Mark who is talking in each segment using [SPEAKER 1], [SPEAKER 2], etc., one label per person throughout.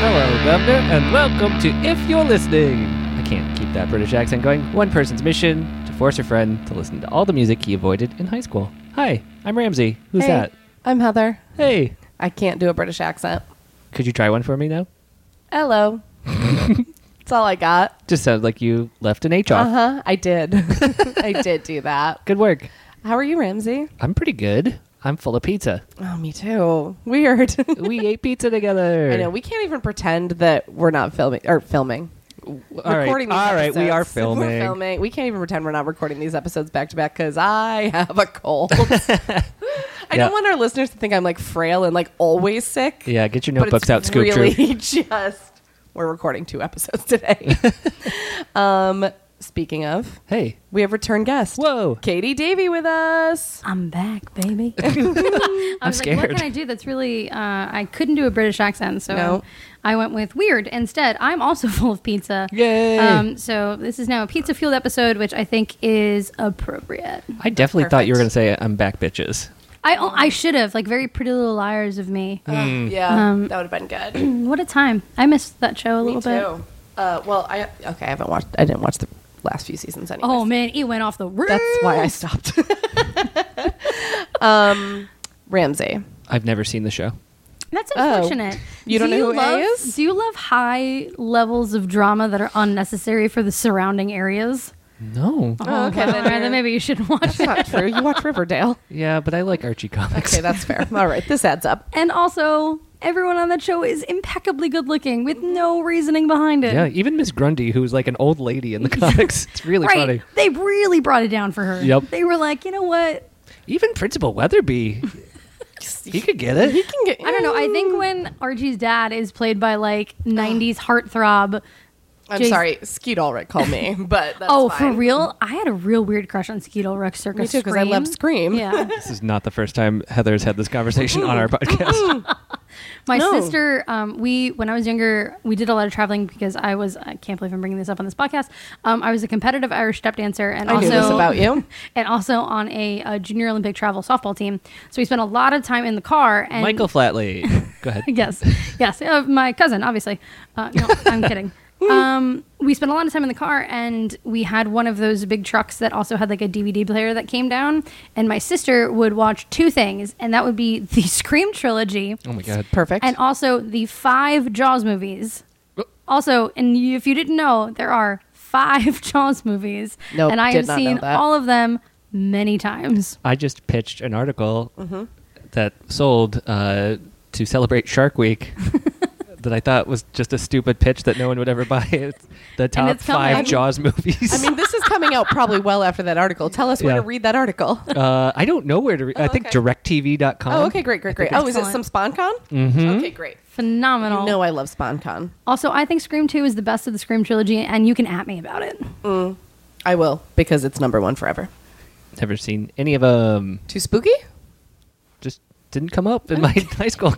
[SPEAKER 1] Sumner, and welcome to If You're Listening. I can't keep that British accent going. One person's mission to force a friend to listen to all the music he avoided in high school. Hi, I'm Ramsey. Who's
[SPEAKER 2] Hey,
[SPEAKER 1] that?
[SPEAKER 2] I'm Heather.
[SPEAKER 1] Hey,
[SPEAKER 2] I can't do a British accent.
[SPEAKER 1] could you try one for me now?
[SPEAKER 2] Hello. That's all I got.
[SPEAKER 1] Just sounds like you left an H off.
[SPEAKER 2] Uh huh. I did. I did do that.
[SPEAKER 1] Good work.
[SPEAKER 2] How are you, Ramsey?
[SPEAKER 1] I'm pretty good. I'm full of pizza.
[SPEAKER 2] Oh, me too. Weird.
[SPEAKER 1] we ate pizza together.
[SPEAKER 2] I know. We can't even pretend that we're not filming or filming.
[SPEAKER 1] All right,
[SPEAKER 2] recording these
[SPEAKER 1] all right, we are
[SPEAKER 2] episodes. We're
[SPEAKER 1] filming.
[SPEAKER 2] filming. We can't even pretend we're not recording these episodes back to back because I have a cold. I
[SPEAKER 1] Yeah.
[SPEAKER 2] don't want our listeners to think I'm like frail and like always sick.
[SPEAKER 1] Yeah, get your
[SPEAKER 2] But
[SPEAKER 1] notebooks
[SPEAKER 2] it's
[SPEAKER 1] out, Scoop
[SPEAKER 2] Really,
[SPEAKER 1] Troop.
[SPEAKER 2] just we're recording two episodes today. um, speaking of,
[SPEAKER 1] Hey,
[SPEAKER 2] we have return guest.
[SPEAKER 1] whoa.
[SPEAKER 2] Katie Davey with us.
[SPEAKER 3] I'm back, baby. I
[SPEAKER 1] I'm
[SPEAKER 3] was like, what
[SPEAKER 1] scared.
[SPEAKER 3] can I do that's really, uh, I couldn't do a British accent, so
[SPEAKER 2] No.
[SPEAKER 3] I went with weird instead. I'm also full of pizza.
[SPEAKER 1] Yay.
[SPEAKER 3] Um, so this is now a pizza fueled episode, which I think is appropriate.
[SPEAKER 1] I definitely thought you were going to
[SPEAKER 2] Perfect.
[SPEAKER 1] say, I'm back, bitches.
[SPEAKER 3] I, oh, I should have, like, very pretty little liars of me. Mm,
[SPEAKER 2] Yeah, that would have been good.
[SPEAKER 3] What a time. I missed that show a
[SPEAKER 2] Me
[SPEAKER 3] Um, little bit.
[SPEAKER 2] too. Uh, well, I okay. I haven't watched. I didn't watch the last few seasons anyway.
[SPEAKER 3] Oh, man, it went off the roof.
[SPEAKER 2] that's why I stopped. um, Ramsey.
[SPEAKER 1] I've never seen the show.
[SPEAKER 3] That's
[SPEAKER 2] Oh.
[SPEAKER 3] unfortunate.
[SPEAKER 2] You don't know who A
[SPEAKER 3] love,
[SPEAKER 2] is?
[SPEAKER 3] Do you love high levels of drama that are unnecessary for the surrounding areas?
[SPEAKER 1] No.
[SPEAKER 2] Oh, okay,
[SPEAKER 3] well,
[SPEAKER 2] then
[SPEAKER 3] all right,
[SPEAKER 2] you're-
[SPEAKER 3] then maybe you shouldn't watch
[SPEAKER 2] That's
[SPEAKER 3] it.
[SPEAKER 2] not true. You watch Riverdale.
[SPEAKER 1] Yeah, but I like Archie comics.
[SPEAKER 2] Okay, that's fair. All right, this adds up.
[SPEAKER 3] And also, everyone on that show is impeccably good looking with no reasoning behind it.
[SPEAKER 1] yeah, even Miss Grundy, who's like an old lady in the comics. It's really
[SPEAKER 3] right.
[SPEAKER 1] funny.
[SPEAKER 3] They really brought it down for her.
[SPEAKER 1] Yep.
[SPEAKER 3] They were like, you know what?
[SPEAKER 1] Even Principal Weatherby, he could get it.
[SPEAKER 3] I don't know. I
[SPEAKER 1] Mm.
[SPEAKER 3] think when Archie's dad is played by like 90s heartthrob.
[SPEAKER 2] I'm
[SPEAKER 3] Jason-
[SPEAKER 2] sorry, Skeet Ulrich called me, but that's
[SPEAKER 3] oh,
[SPEAKER 2] fine.
[SPEAKER 3] for real? I had a real weird crush on Skeet Ulrich circa
[SPEAKER 2] Me too, 'cause I loved Scream.
[SPEAKER 3] Yeah.
[SPEAKER 1] This is not the first time Heather's had this conversation on our podcast.
[SPEAKER 3] My
[SPEAKER 2] No.
[SPEAKER 3] sister, um, we when I was younger, we did a lot of traveling because I was I can't believe I'm bringing this up on this podcast. Um, I was a competitive Irish step dancer, and
[SPEAKER 2] I
[SPEAKER 3] also
[SPEAKER 2] knew this about you.
[SPEAKER 3] and also on a, uh junior Olympic travel softball team. So we spent a lot of time in the car. And
[SPEAKER 1] Michael Flatley. Go ahead.
[SPEAKER 3] yes, yes, uh, my cousin, obviously. Uh, no, I'm kidding. Um, we spent a lot of time in the car, and we had one of those big trucks that also had like a DVD player that came down. And my sister would watch two things, and that would be the Scream trilogy.
[SPEAKER 1] Oh my god.
[SPEAKER 2] Perfect.
[SPEAKER 3] And also the five Jaws movies. Also, and you, if you didn't know, there are five Jaws movies.
[SPEAKER 2] Nope,
[SPEAKER 3] and I
[SPEAKER 2] did
[SPEAKER 3] have
[SPEAKER 2] not know
[SPEAKER 3] seen
[SPEAKER 2] that.
[SPEAKER 3] all of them many times.
[SPEAKER 1] I just pitched an article that sold uh, to celebrate Shark Week. That I thought was just a stupid pitch that no one would ever buy. It's the top
[SPEAKER 3] it's coming.
[SPEAKER 1] five
[SPEAKER 3] I mean-
[SPEAKER 1] Jaws movies.
[SPEAKER 2] I mean, this is coming out probably well after that article. Tell us where
[SPEAKER 1] Yeah.
[SPEAKER 2] to read that article.
[SPEAKER 1] Uh, I don't know where to. Re- I think
[SPEAKER 2] okay.
[SPEAKER 1] directtv.com.
[SPEAKER 2] Oh, okay, great, great, great. Oh, is it some
[SPEAKER 3] Excellent.
[SPEAKER 2] SponCon? Mm-hmm. Okay, great.
[SPEAKER 3] Phenomenal.
[SPEAKER 2] You know I love SponCon.
[SPEAKER 3] also, I think Scream 2 is the best of the Scream trilogy, and you can at me about it.
[SPEAKER 2] I will because it's number one forever.
[SPEAKER 1] Never seen any of um, them.
[SPEAKER 2] Too spooky?
[SPEAKER 1] Just didn't come up in my high school.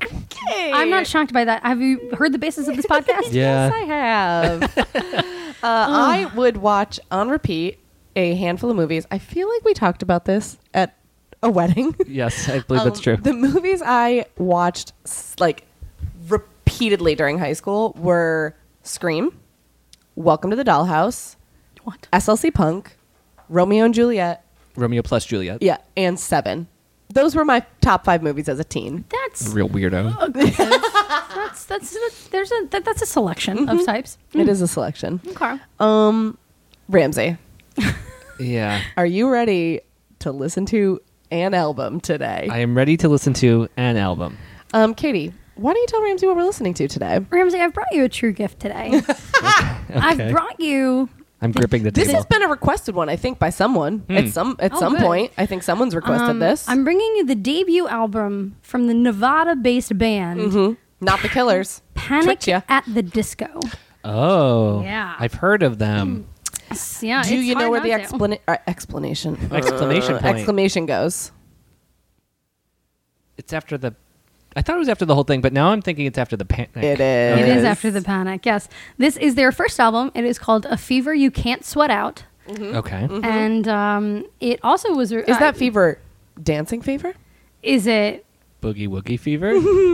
[SPEAKER 2] Hey,
[SPEAKER 3] I'm not shocked by that. Have you heard the basis of this podcast?
[SPEAKER 1] Yeah.
[SPEAKER 2] Yes, I have. uh, I would watch on repeat a handful of movies. I feel like we talked about this at a wedding.
[SPEAKER 1] yes, I believe that's
[SPEAKER 2] Um,
[SPEAKER 1] true.
[SPEAKER 2] The movies I watched s- like repeatedly during high school were Scream, Welcome to the Dollhouse,
[SPEAKER 3] What?
[SPEAKER 2] SLC Punk, Romeo and Juliet,
[SPEAKER 1] Romeo plus Juliet.
[SPEAKER 2] yeah, and Seven. Those were my top five movies as a teen.
[SPEAKER 3] That's,
[SPEAKER 1] Real weirdo.
[SPEAKER 3] that's, that's, that's, there's a, that, that's a selection
[SPEAKER 2] Mm-hmm.
[SPEAKER 3] of types.
[SPEAKER 2] It is a selection.
[SPEAKER 3] Okay.
[SPEAKER 2] Ramsey,
[SPEAKER 1] Yeah.
[SPEAKER 2] are you ready to listen to an album today?
[SPEAKER 1] I am ready to listen to an album.
[SPEAKER 2] um, Katie, why don't you tell Ramsey what we're listening to today?
[SPEAKER 3] Ramsey, I've brought you a true gift today. I've brought you
[SPEAKER 1] I'm gripping the
[SPEAKER 2] This
[SPEAKER 1] table.
[SPEAKER 2] has been a requested one, I think, by someone
[SPEAKER 1] Hmm.
[SPEAKER 2] at some at
[SPEAKER 3] Oh,
[SPEAKER 2] some
[SPEAKER 3] good.
[SPEAKER 2] point. I think someone's requested
[SPEAKER 3] Um,
[SPEAKER 2] this.
[SPEAKER 3] I'm bringing you the debut album from the Nevada-based band
[SPEAKER 2] Not the Killers.
[SPEAKER 3] Panic
[SPEAKER 2] Mm-hmm. Tricked ya.
[SPEAKER 3] at the Disco.
[SPEAKER 1] oh.
[SPEAKER 3] Yeah.
[SPEAKER 1] I've heard of them.
[SPEAKER 2] Hmm.
[SPEAKER 3] Yeah,
[SPEAKER 2] Do
[SPEAKER 3] it's
[SPEAKER 2] you know
[SPEAKER 3] hard
[SPEAKER 2] where the
[SPEAKER 3] not to.
[SPEAKER 2] explana- uh, explanation
[SPEAKER 1] Exclamation
[SPEAKER 2] uh,
[SPEAKER 1] point.
[SPEAKER 2] exclamation goes?
[SPEAKER 1] It's after the. I thought it was after the whole thing, but now I'm thinking it's after the panic.
[SPEAKER 2] It is.
[SPEAKER 3] It is after the Panic. Yes, this is their first album. It is called A Fever You Can't Sweat Out,
[SPEAKER 2] Mm-hmm.
[SPEAKER 1] Okay.
[SPEAKER 3] and um, it also was.
[SPEAKER 2] Is that fever dancing fever?
[SPEAKER 3] Is it?
[SPEAKER 1] boogie woogie fever.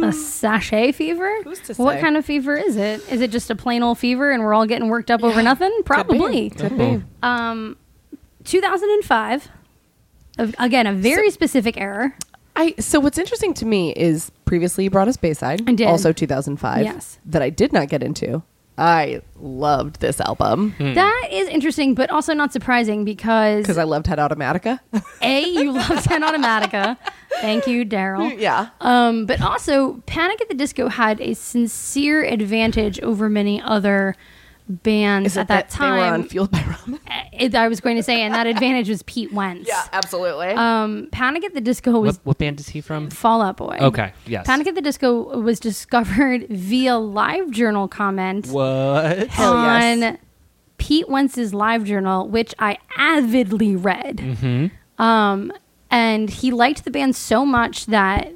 [SPEAKER 3] a sachet fever?
[SPEAKER 2] Who's to
[SPEAKER 3] What
[SPEAKER 2] say?
[SPEAKER 3] kind of fever is it? Is it just a plain old fever and we're all getting worked up over nothing? Probably.
[SPEAKER 2] Could be.
[SPEAKER 3] Um, 2005. Of- Again, a very specific error.
[SPEAKER 2] I so what's interesting to me is previously you brought us Bayside,
[SPEAKER 3] I did.
[SPEAKER 2] also 2005,
[SPEAKER 3] Yes.
[SPEAKER 2] that I did not get into. I loved this album
[SPEAKER 3] That is interesting, but also not surprising because
[SPEAKER 2] because I loved Head Automatica.
[SPEAKER 3] A, you love 10 Automatica. Thank you, Daryl.
[SPEAKER 2] yeah,
[SPEAKER 3] Um, but also, Panic at the Disco had a sincere advantage over many other bands
[SPEAKER 2] Is it
[SPEAKER 3] at that, time.
[SPEAKER 2] they were on Fueled by Ramen.
[SPEAKER 3] It- I was going to say, and that advantage was Pete Wentz.
[SPEAKER 2] absolutely.
[SPEAKER 3] Um, Panic at the Disco was
[SPEAKER 1] what, what band is he from?
[SPEAKER 3] Fall Out Boy.
[SPEAKER 1] Okay, yes.
[SPEAKER 3] Panic at the Disco was discovered via live journal comment
[SPEAKER 1] What?
[SPEAKER 2] Hell
[SPEAKER 3] on
[SPEAKER 2] yes.
[SPEAKER 3] Pete Wentz's live journal, which I avidly read.
[SPEAKER 2] Mm-hmm.
[SPEAKER 3] Um, and he liked the band so much that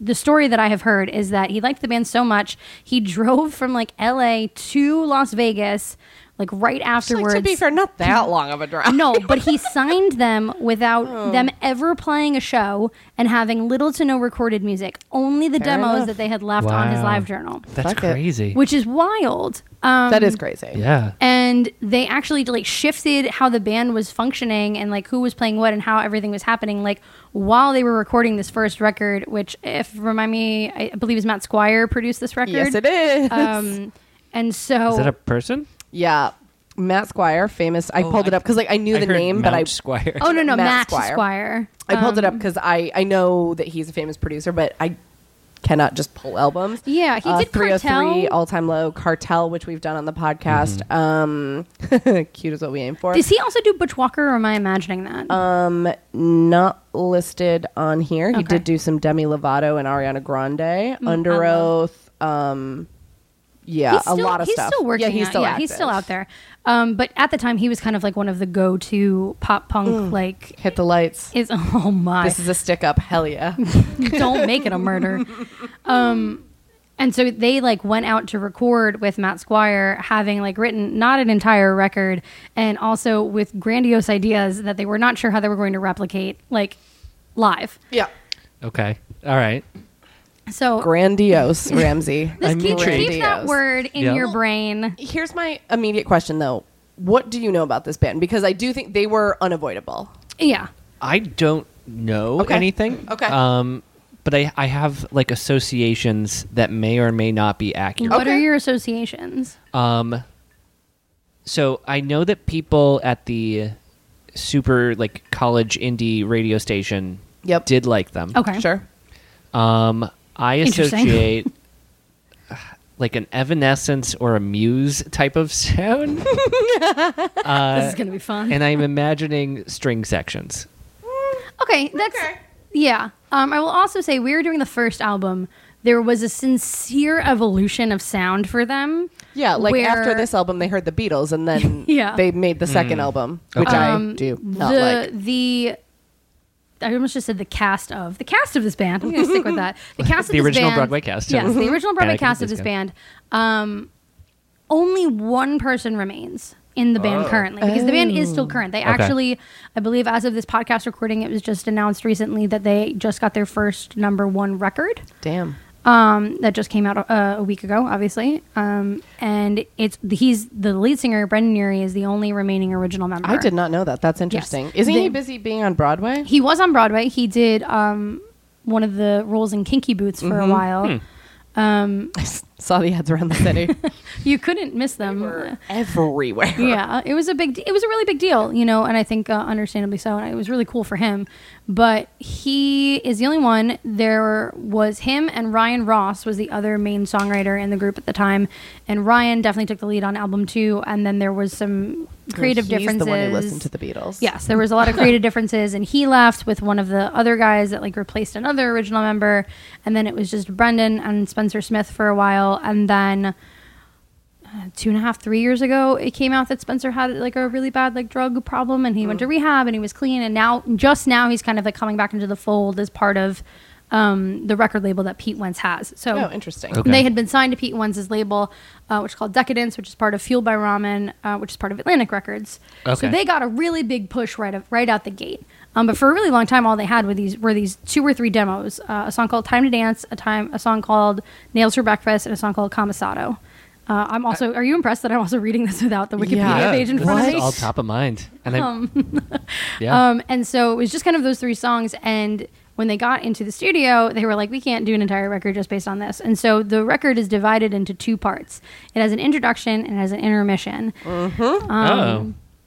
[SPEAKER 3] the story that I have heard is that he liked the band so much he drove from like LA to Las Vegas, like right
[SPEAKER 2] Like,
[SPEAKER 3] afterwards.
[SPEAKER 2] to be fair, not that long of a drive.
[SPEAKER 3] No, but he signed them without
[SPEAKER 2] Oh.
[SPEAKER 3] them ever playing a show and having little to no recorded music, only the
[SPEAKER 2] Fair
[SPEAKER 3] demos
[SPEAKER 2] enough.
[SPEAKER 3] that they had left on his
[SPEAKER 1] Wow.
[SPEAKER 3] live journal,
[SPEAKER 1] That's
[SPEAKER 2] Fuck it.
[SPEAKER 1] crazy.
[SPEAKER 3] which is wild. Um,
[SPEAKER 2] that is crazy.
[SPEAKER 1] yeah.
[SPEAKER 3] and they actually like shifted how the band was functioning and like who was playing what and how everything was happening like while they were recording this first record which if remind me i believe is matt squire produced this record
[SPEAKER 2] Yes, it is.
[SPEAKER 3] um and so
[SPEAKER 2] Oh.
[SPEAKER 1] Is that a person?
[SPEAKER 2] yeah, Matt Squire, famous. Oh, I pulled it up because like I knew
[SPEAKER 1] I
[SPEAKER 2] the
[SPEAKER 1] heard
[SPEAKER 2] name, but I
[SPEAKER 1] Mount Squire.
[SPEAKER 3] oh no no
[SPEAKER 2] Matt
[SPEAKER 3] matt,
[SPEAKER 2] Squire.
[SPEAKER 3] squire,
[SPEAKER 2] I pulled it up because I I know that he's a famous producer, but I cannot just pull albums. Uh,
[SPEAKER 3] Yeah, he did Cartel.
[SPEAKER 2] All Time Low, Cartel, which we've done on the podcast. Um, cute is what we aim for.
[SPEAKER 3] does he also do butch walker or am i imagining that
[SPEAKER 2] um, not listed on here. He
[SPEAKER 3] Okay. Mm,
[SPEAKER 2] did do some Demi Lovato and Ariana Grande, Under
[SPEAKER 3] I love-
[SPEAKER 2] Oath. Um, yeah,
[SPEAKER 3] he's still,
[SPEAKER 2] a lot of
[SPEAKER 3] he's
[SPEAKER 2] stuff.
[SPEAKER 3] still working
[SPEAKER 2] Yeah, he's
[SPEAKER 3] out.
[SPEAKER 2] still
[SPEAKER 3] yeah
[SPEAKER 2] active.
[SPEAKER 3] he's still out there um but at the time he was kind of like one of the go-to pop punk like
[SPEAKER 2] Hit the lights.
[SPEAKER 3] is oh my
[SPEAKER 2] Mm. This is a stick up. Hell yeah.
[SPEAKER 3] don't make it a murder. Um, and so they like went out to record with Matt Squire, having like written not an entire record, and also with grandiose ideas that they were not sure how they were going to replicate like live.
[SPEAKER 2] yeah.
[SPEAKER 1] Okay. All right.
[SPEAKER 3] So
[SPEAKER 2] Grandiose, Ramsey.
[SPEAKER 3] this
[SPEAKER 1] I'm
[SPEAKER 3] keep,
[SPEAKER 1] intrigued.
[SPEAKER 3] keep that
[SPEAKER 2] Grandiose.
[SPEAKER 3] word in
[SPEAKER 1] Yeah.
[SPEAKER 3] your brain.
[SPEAKER 2] Here's my immediate question though. What do you know about this band? Because I do think they were unavoidable.
[SPEAKER 3] Yeah.
[SPEAKER 1] I don't know
[SPEAKER 2] Okay.
[SPEAKER 1] anything.
[SPEAKER 2] Okay.
[SPEAKER 1] Um, but I, I have like associations that may or may not be accurate.
[SPEAKER 3] What are
[SPEAKER 2] Okay.
[SPEAKER 3] your associations?
[SPEAKER 1] Um,
[SPEAKER 3] Mm-hmm.
[SPEAKER 1] so I know that people at the super like college indie radio station
[SPEAKER 2] Yep.
[SPEAKER 1] did like them.
[SPEAKER 3] Okay.
[SPEAKER 2] Sure.
[SPEAKER 1] Um, I
[SPEAKER 3] Interesting.
[SPEAKER 1] associate uh, like an Evanescence or a Muse type of sound,
[SPEAKER 3] this is gonna be fun.
[SPEAKER 1] and I'm imagining string sections.
[SPEAKER 3] Okay, that's yeah. Um, I will also say we were doing the first album. There was a sincere evolution of sound for them.
[SPEAKER 2] Yeah, like after
[SPEAKER 3] where
[SPEAKER 2] this album, they heard the Beatles, and then
[SPEAKER 3] Yeah. Um,
[SPEAKER 2] they made the second album, which I do not
[SPEAKER 3] the
[SPEAKER 2] like.
[SPEAKER 3] the. I almost just said the cast of the cast of this band. I'm going to stick with that. The cast of
[SPEAKER 1] The
[SPEAKER 3] this
[SPEAKER 1] original
[SPEAKER 3] band-
[SPEAKER 1] Broadway cast.
[SPEAKER 3] Yes, the
[SPEAKER 1] Mhm.
[SPEAKER 3] original Broadway
[SPEAKER 1] Panic at
[SPEAKER 3] cast
[SPEAKER 1] the
[SPEAKER 3] of this
[SPEAKER 1] Disco.
[SPEAKER 3] band. Um, only one person remains in the band currently because the band is still current. They actually, I believe, as of this podcast recording, it was just announced recently that they just got their first number one record
[SPEAKER 2] Damn.
[SPEAKER 3] um, that just came out uh, a week ago, obviously. Um, and it's he's the lead singer, Brendan Urie, is the only remaining original member.
[SPEAKER 2] I did not know that. That's interesting. Isn't
[SPEAKER 3] They-
[SPEAKER 2] he busy being on Broadway?
[SPEAKER 3] He was on Broadway. He did um, one of the roles in Kinky Boots for a while. Um,
[SPEAKER 2] I s- saw the ads around the city
[SPEAKER 3] you couldn't miss them.
[SPEAKER 2] everywhere.
[SPEAKER 3] yeah, it was a big. It was a really big deal, you know, and I think uh, understandably so. And it was really cool for him. But he is the only one. There was him and Ryan Ross was the other main songwriter in the group at the time, and Ryan definitely took the lead on album two. And then there was some creative
[SPEAKER 2] He's
[SPEAKER 3] differences.
[SPEAKER 2] the one who listened to the Beatles.
[SPEAKER 3] Yes, there was a lot of creative differences, and he left with one of the other guys that like replaced another original member, and then it was just Brendan and Spencer Smith for a while, and then uh, two and a half, three years ago, it came out that Spencer had like a really bad like drug problem, and he
[SPEAKER 2] Mm.
[SPEAKER 3] went to rehab, and he was clean, and now just now he's kind of like coming back into the fold as part of um, the record label that Pete Wentz has. So
[SPEAKER 2] Oh, interesting.
[SPEAKER 1] Okay.
[SPEAKER 3] they had been signed to Pete Wentz's label, uh, which is called Decadence, which is part of Fueled by Ramen, uh, which is part of Atlantic Records.
[SPEAKER 1] Okay.
[SPEAKER 3] So they got a really big push right of, right out the gate. Um, but for a really long time, all they had were these were these two or three demos: uh, a song called "Time to Dance," a time a song called "Nails for Breakfast," and a song called "Kamisado." Uh, I'm also. Are you impressed that I'm also reading this without the Wikipedia
[SPEAKER 2] Yeah.
[SPEAKER 3] page in
[SPEAKER 1] this
[SPEAKER 3] front
[SPEAKER 1] is
[SPEAKER 3] of me?
[SPEAKER 1] all top of mind. And I, yeah,
[SPEAKER 3] Um, and so it was just kind of those three songs. And when they got into the studio, they were like, we can't do an entire record just based on this. And so the record is divided into two parts it has an introduction and it has an intermission.
[SPEAKER 2] Mm.
[SPEAKER 3] um,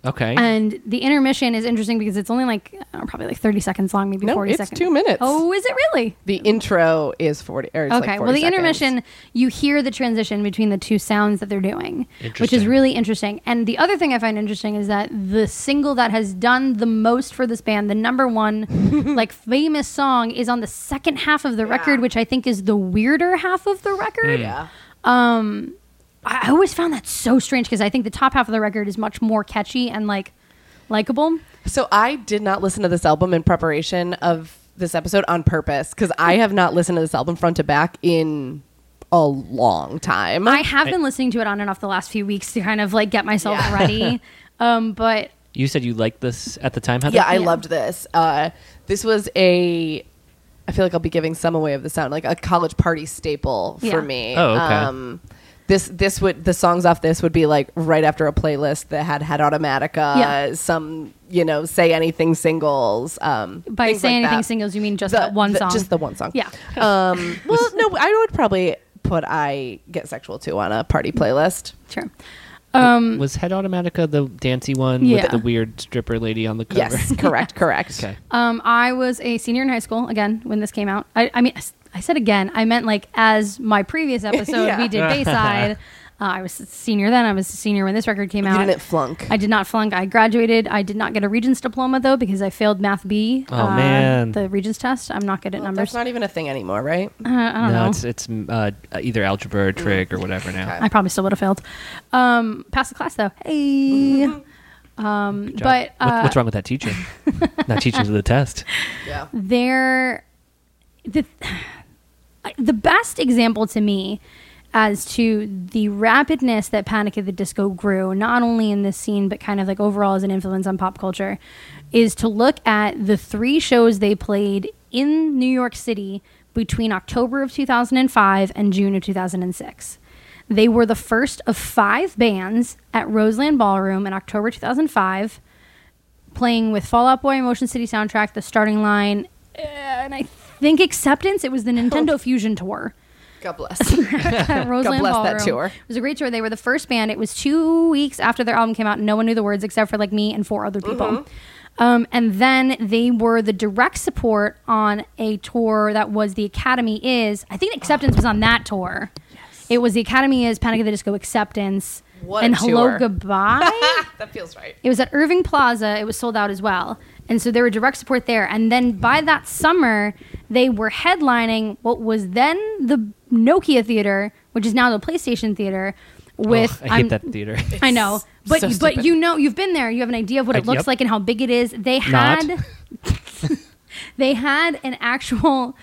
[SPEAKER 1] oh, okay.
[SPEAKER 3] And the intermission is interesting because it's only like, I don't know, probably like 30 seconds long, maybe
[SPEAKER 2] No,
[SPEAKER 3] 40
[SPEAKER 2] it's
[SPEAKER 3] seconds.
[SPEAKER 2] two minutes.
[SPEAKER 3] Oh, is it really?
[SPEAKER 2] The intro is 40. Or it's
[SPEAKER 3] Okay.
[SPEAKER 2] like 40
[SPEAKER 3] well, the
[SPEAKER 2] seconds.
[SPEAKER 3] intermission, you hear the transition between the two sounds that they're doing, which is
[SPEAKER 1] Interesting.
[SPEAKER 3] really interesting. And the other thing I find interesting is that the single that has done the most for this band, the number one, like famous song, is on the second half of the record, which I think is the weirder half of
[SPEAKER 2] Hmm.
[SPEAKER 3] the record.
[SPEAKER 2] Yeah.
[SPEAKER 3] I I always found that so strange because I think the top half of the record is much more catchy and like likable.
[SPEAKER 2] So I did not listen to this album in preparation of this episode on purpose because I have not listened to this album front to back in a long time.
[SPEAKER 3] I have been listening to it on and off the last few weeks to kind of like get myself
[SPEAKER 2] Yeah.
[SPEAKER 3] ready. um, but
[SPEAKER 1] you said you liked this at the time, Heather?
[SPEAKER 2] yeah, I
[SPEAKER 3] Yeah.
[SPEAKER 2] loved this. Uh, this was a. I feel like I'll be giving some away of the sound, like a college party staple
[SPEAKER 3] Yeah.
[SPEAKER 2] for me. Um,
[SPEAKER 1] Oh, okay.
[SPEAKER 2] this this would the songs off this would be like right after a playlist that had had Automatica,
[SPEAKER 3] Yeah.
[SPEAKER 2] some you know say anything singles. Um,
[SPEAKER 3] by
[SPEAKER 2] things
[SPEAKER 3] say
[SPEAKER 2] like
[SPEAKER 3] anything
[SPEAKER 2] that.
[SPEAKER 3] singles, you mean just
[SPEAKER 2] The-
[SPEAKER 3] that one
[SPEAKER 2] the-
[SPEAKER 3] song?
[SPEAKER 2] just the one song.
[SPEAKER 3] Yeah.
[SPEAKER 2] Um, well, no, I would probably put "I Get Sexual Too" on a party playlist.
[SPEAKER 3] Sure.
[SPEAKER 1] was Head Automatica the dancey one
[SPEAKER 3] Yeah.
[SPEAKER 1] with the weird stripper lady on the cover?
[SPEAKER 2] Yes, correct, correct.
[SPEAKER 1] okay.
[SPEAKER 3] Um, I was a senior in high school again when this came out. I, I mean, I s- I said again. I meant like as my previous episode,
[SPEAKER 2] Yeah.
[SPEAKER 3] we did Bayside. Uh, I was a senior then. I was a senior when this record came
[SPEAKER 2] You
[SPEAKER 3] out.
[SPEAKER 2] didn't flunk.
[SPEAKER 3] I did not flunk. I graduated. I did not get a Regents diploma though because I failed Math B. uh,
[SPEAKER 1] Oh, man.
[SPEAKER 3] the Regents test. I'm not good at numbers.
[SPEAKER 2] That's not even a thing anymore, right?
[SPEAKER 3] Uh, I
[SPEAKER 1] no,
[SPEAKER 3] don't know.
[SPEAKER 1] it's it's mm, uh, either algebra or trig or whatever now.
[SPEAKER 2] Okay.
[SPEAKER 3] I probably still would have failed. Um, passed the class though. Hey. um,
[SPEAKER 1] Job.
[SPEAKER 3] but
[SPEAKER 1] What-
[SPEAKER 3] uh,
[SPEAKER 1] what's wrong with that teacher? Not teaching to the test.
[SPEAKER 2] Yeah.
[SPEAKER 3] there the the best example to me as to the rapidness that Panic at the Disco grew, not only in this scene, but kind of like overall as an influence on pop culture, is to look at the three shows they played in New York City between October of 2005 and June of 2006. They were the first of five bands at Roseland Ballroom in October 2005 playing with Fallout Boy, Motion City soundtrack, the starting line, uh, and I think Acceptance. It was the Nintendo Fusion tour.
[SPEAKER 2] God bless.
[SPEAKER 3] at
[SPEAKER 2] Oh.
[SPEAKER 3] Roseland
[SPEAKER 2] bless that
[SPEAKER 3] Ballroom.
[SPEAKER 2] tour.
[SPEAKER 3] It was a great tour. They were the first band. It was two weeks after their album came out. No one knew the words except for like me and four other people.
[SPEAKER 2] Mm-hmm.
[SPEAKER 3] Um, and then they were the direct support on a tour that was the Academy Is. I think Acceptance was on that tour. It was the Academy Is, Panic at the Disco, Acceptance,
[SPEAKER 2] What a
[SPEAKER 3] and Hello
[SPEAKER 2] tour.
[SPEAKER 3] Goodbye.
[SPEAKER 2] that feels right.
[SPEAKER 3] It was at Irving Plaza. It was sold out as well. And so they were direct support there. And then by that summer, they were headlining what was then the Nokia Theater, which is now the PlayStation Theater. With
[SPEAKER 1] Oh, I hate
[SPEAKER 3] I'm-
[SPEAKER 1] that theater.
[SPEAKER 3] I know, but
[SPEAKER 2] so
[SPEAKER 3] but
[SPEAKER 2] stupid.
[SPEAKER 3] you know, you've been there. You have an idea of what
[SPEAKER 1] I-
[SPEAKER 3] it looks
[SPEAKER 1] Uh, yep.
[SPEAKER 3] like and how big it is. They
[SPEAKER 1] Not.
[SPEAKER 3] had they had an actual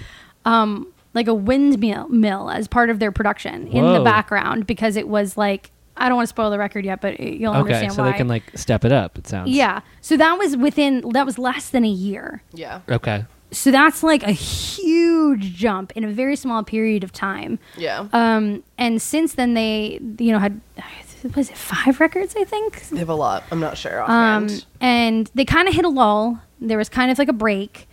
[SPEAKER 3] um like a windmill mill as part of their production in the
[SPEAKER 1] Whoa.
[SPEAKER 3] background because it was like I don't want to spoil the record yet, but you'll
[SPEAKER 1] okay,
[SPEAKER 3] understand
[SPEAKER 1] so
[SPEAKER 3] why.
[SPEAKER 1] they can like step it up. It sounds.
[SPEAKER 3] Yeah. So that was within that was less than a year.
[SPEAKER 2] Yeah.
[SPEAKER 1] Okay.
[SPEAKER 3] So that's like a huge jump in a very small period of time.
[SPEAKER 2] Yeah.
[SPEAKER 3] Um and since then they you know had was it 5 records I think?
[SPEAKER 2] they have a lot. I'm not sure.
[SPEAKER 3] Um
[SPEAKER 2] Offhand.
[SPEAKER 3] and they kind of hit a lull. There was kind of like a break.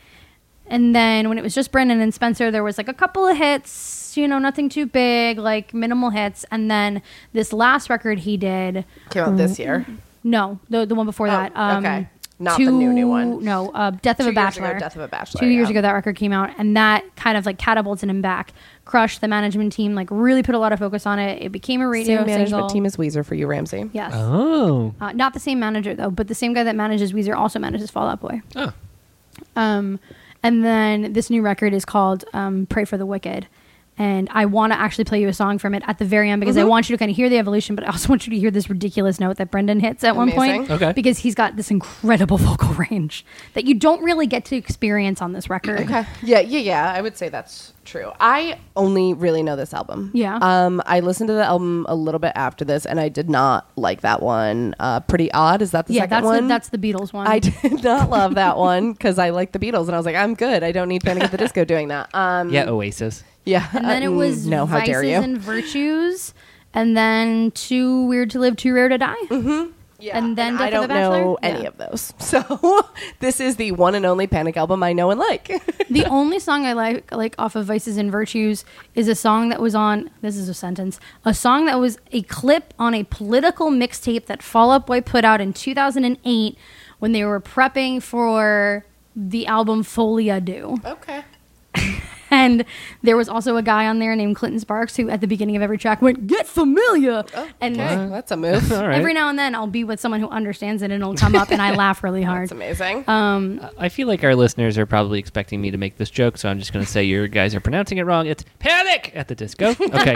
[SPEAKER 3] And then when it was just Brennan and Spencer, there was like a couple of hits, you know, nothing too big, like minimal hits. And then this last record he did,
[SPEAKER 2] Came out this year.
[SPEAKER 3] no, the the one before
[SPEAKER 2] Oh,
[SPEAKER 3] that. Um,
[SPEAKER 2] okay. Not the new, new one.
[SPEAKER 3] No, uh, Death
[SPEAKER 2] Two
[SPEAKER 3] of a
[SPEAKER 2] years ago,
[SPEAKER 3] Bachelor.
[SPEAKER 2] Death of a Bachelor,
[SPEAKER 3] Two years
[SPEAKER 2] yeah.
[SPEAKER 3] ago, that record came out, and that kind of like catapulted him back. Crush the management team, like really put a lot of focus on it. It became a radio
[SPEAKER 2] Same management
[SPEAKER 3] single.
[SPEAKER 2] team as Weezer for you, Ramsey.
[SPEAKER 3] yes.
[SPEAKER 1] Oh.
[SPEAKER 3] Uh, not the same manager though, but the same guy that manages Weezer also manages Fall Out Boy.
[SPEAKER 1] Oh.
[SPEAKER 3] Um, and then this new record is called um, "Pray for the Wicked," And I want to actually play you a song from it at the very end
[SPEAKER 2] Mm-hmm.
[SPEAKER 3] because I want you to kind of hear the evolution, but I also want you to hear this ridiculous note that Brendan hits at one point.
[SPEAKER 2] Amazing.
[SPEAKER 1] Okay.
[SPEAKER 3] Because he's got this incredible vocal range that you don't really get to experience on this record.
[SPEAKER 2] Okay. Yeah, yeah, yeah. I would say that's true. I only really know this album.
[SPEAKER 3] Yeah.
[SPEAKER 2] Um, I listened to the album a little bit after this, and I did not like that one. Uh, Pretty odd. Is that the
[SPEAKER 3] Yeah,
[SPEAKER 2] second
[SPEAKER 3] that's
[SPEAKER 2] one?
[SPEAKER 3] the, that's the Beatles one.
[SPEAKER 2] I did not love that one because I like the Beatles, and I was like, I'm good. I don't need Panic at the Disco doing that. Um,
[SPEAKER 1] Yeah, Oasis.
[SPEAKER 2] yeah.
[SPEAKER 3] and then
[SPEAKER 2] Uh,
[SPEAKER 3] it was
[SPEAKER 2] no. How
[SPEAKER 3] Vices
[SPEAKER 2] dare you?
[SPEAKER 3] and Virtues, and then Too Weird to Live, Too Rare to Die.
[SPEAKER 2] Mm-hmm. Yeah,
[SPEAKER 3] and then
[SPEAKER 2] I
[SPEAKER 3] Death
[SPEAKER 2] don't
[SPEAKER 3] of the
[SPEAKER 2] know
[SPEAKER 3] Bachelor?
[SPEAKER 2] any
[SPEAKER 3] Yeah.
[SPEAKER 2] of those. So this is the one and only Panic album I know and like.
[SPEAKER 3] the only song I like like off of Vices and Virtues is a song that was on this is a sentence a song that was a clip on a political mixtape that Fall Out Boy put out in 2008 when they were prepping for the album Folia Do.
[SPEAKER 2] okay.
[SPEAKER 3] And there was also a guy on there named Clinton Sparks who at the beginning of every track went get familiar and
[SPEAKER 2] Oh, Okay, that's a move.
[SPEAKER 1] All right.
[SPEAKER 3] every now and then I'll be with someone who understands it and it'll come up and I laugh really hard.
[SPEAKER 2] That's amazing.
[SPEAKER 3] Um,
[SPEAKER 1] I feel like our listeners are probably expecting me to make this joke, so I'm just going to say your guys are pronouncing it wrong. It's panic at the disco. Okay,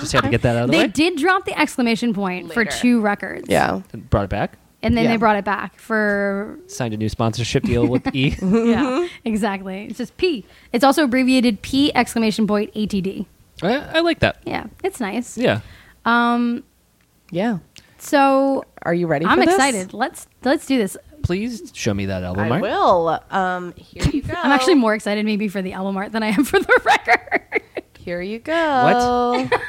[SPEAKER 1] just had to get that out of the
[SPEAKER 3] They
[SPEAKER 1] way.
[SPEAKER 3] did drop the exclamation point
[SPEAKER 2] Later.
[SPEAKER 3] for two records.
[SPEAKER 2] yeah.
[SPEAKER 1] Brought it back.
[SPEAKER 3] And then
[SPEAKER 2] Yeah.
[SPEAKER 3] they brought it back for
[SPEAKER 1] Signed a new sponsorship deal with E.
[SPEAKER 2] Mm-hmm.
[SPEAKER 3] yeah, exactly. It's just P. It's also abbreviated P exclamation point ATD.
[SPEAKER 1] I, I like that.
[SPEAKER 3] Yeah, it's nice. Um,
[SPEAKER 1] Yeah.
[SPEAKER 2] Yeah.
[SPEAKER 3] So
[SPEAKER 2] Are you ready?
[SPEAKER 3] I'm
[SPEAKER 2] for this?
[SPEAKER 3] excited. Let's let's do this.
[SPEAKER 1] Please show me that album.
[SPEAKER 2] I
[SPEAKER 1] art.
[SPEAKER 2] will. Um, here you go.
[SPEAKER 3] I'm actually more excited maybe for the album art than I am for the record.
[SPEAKER 2] Here you go. What?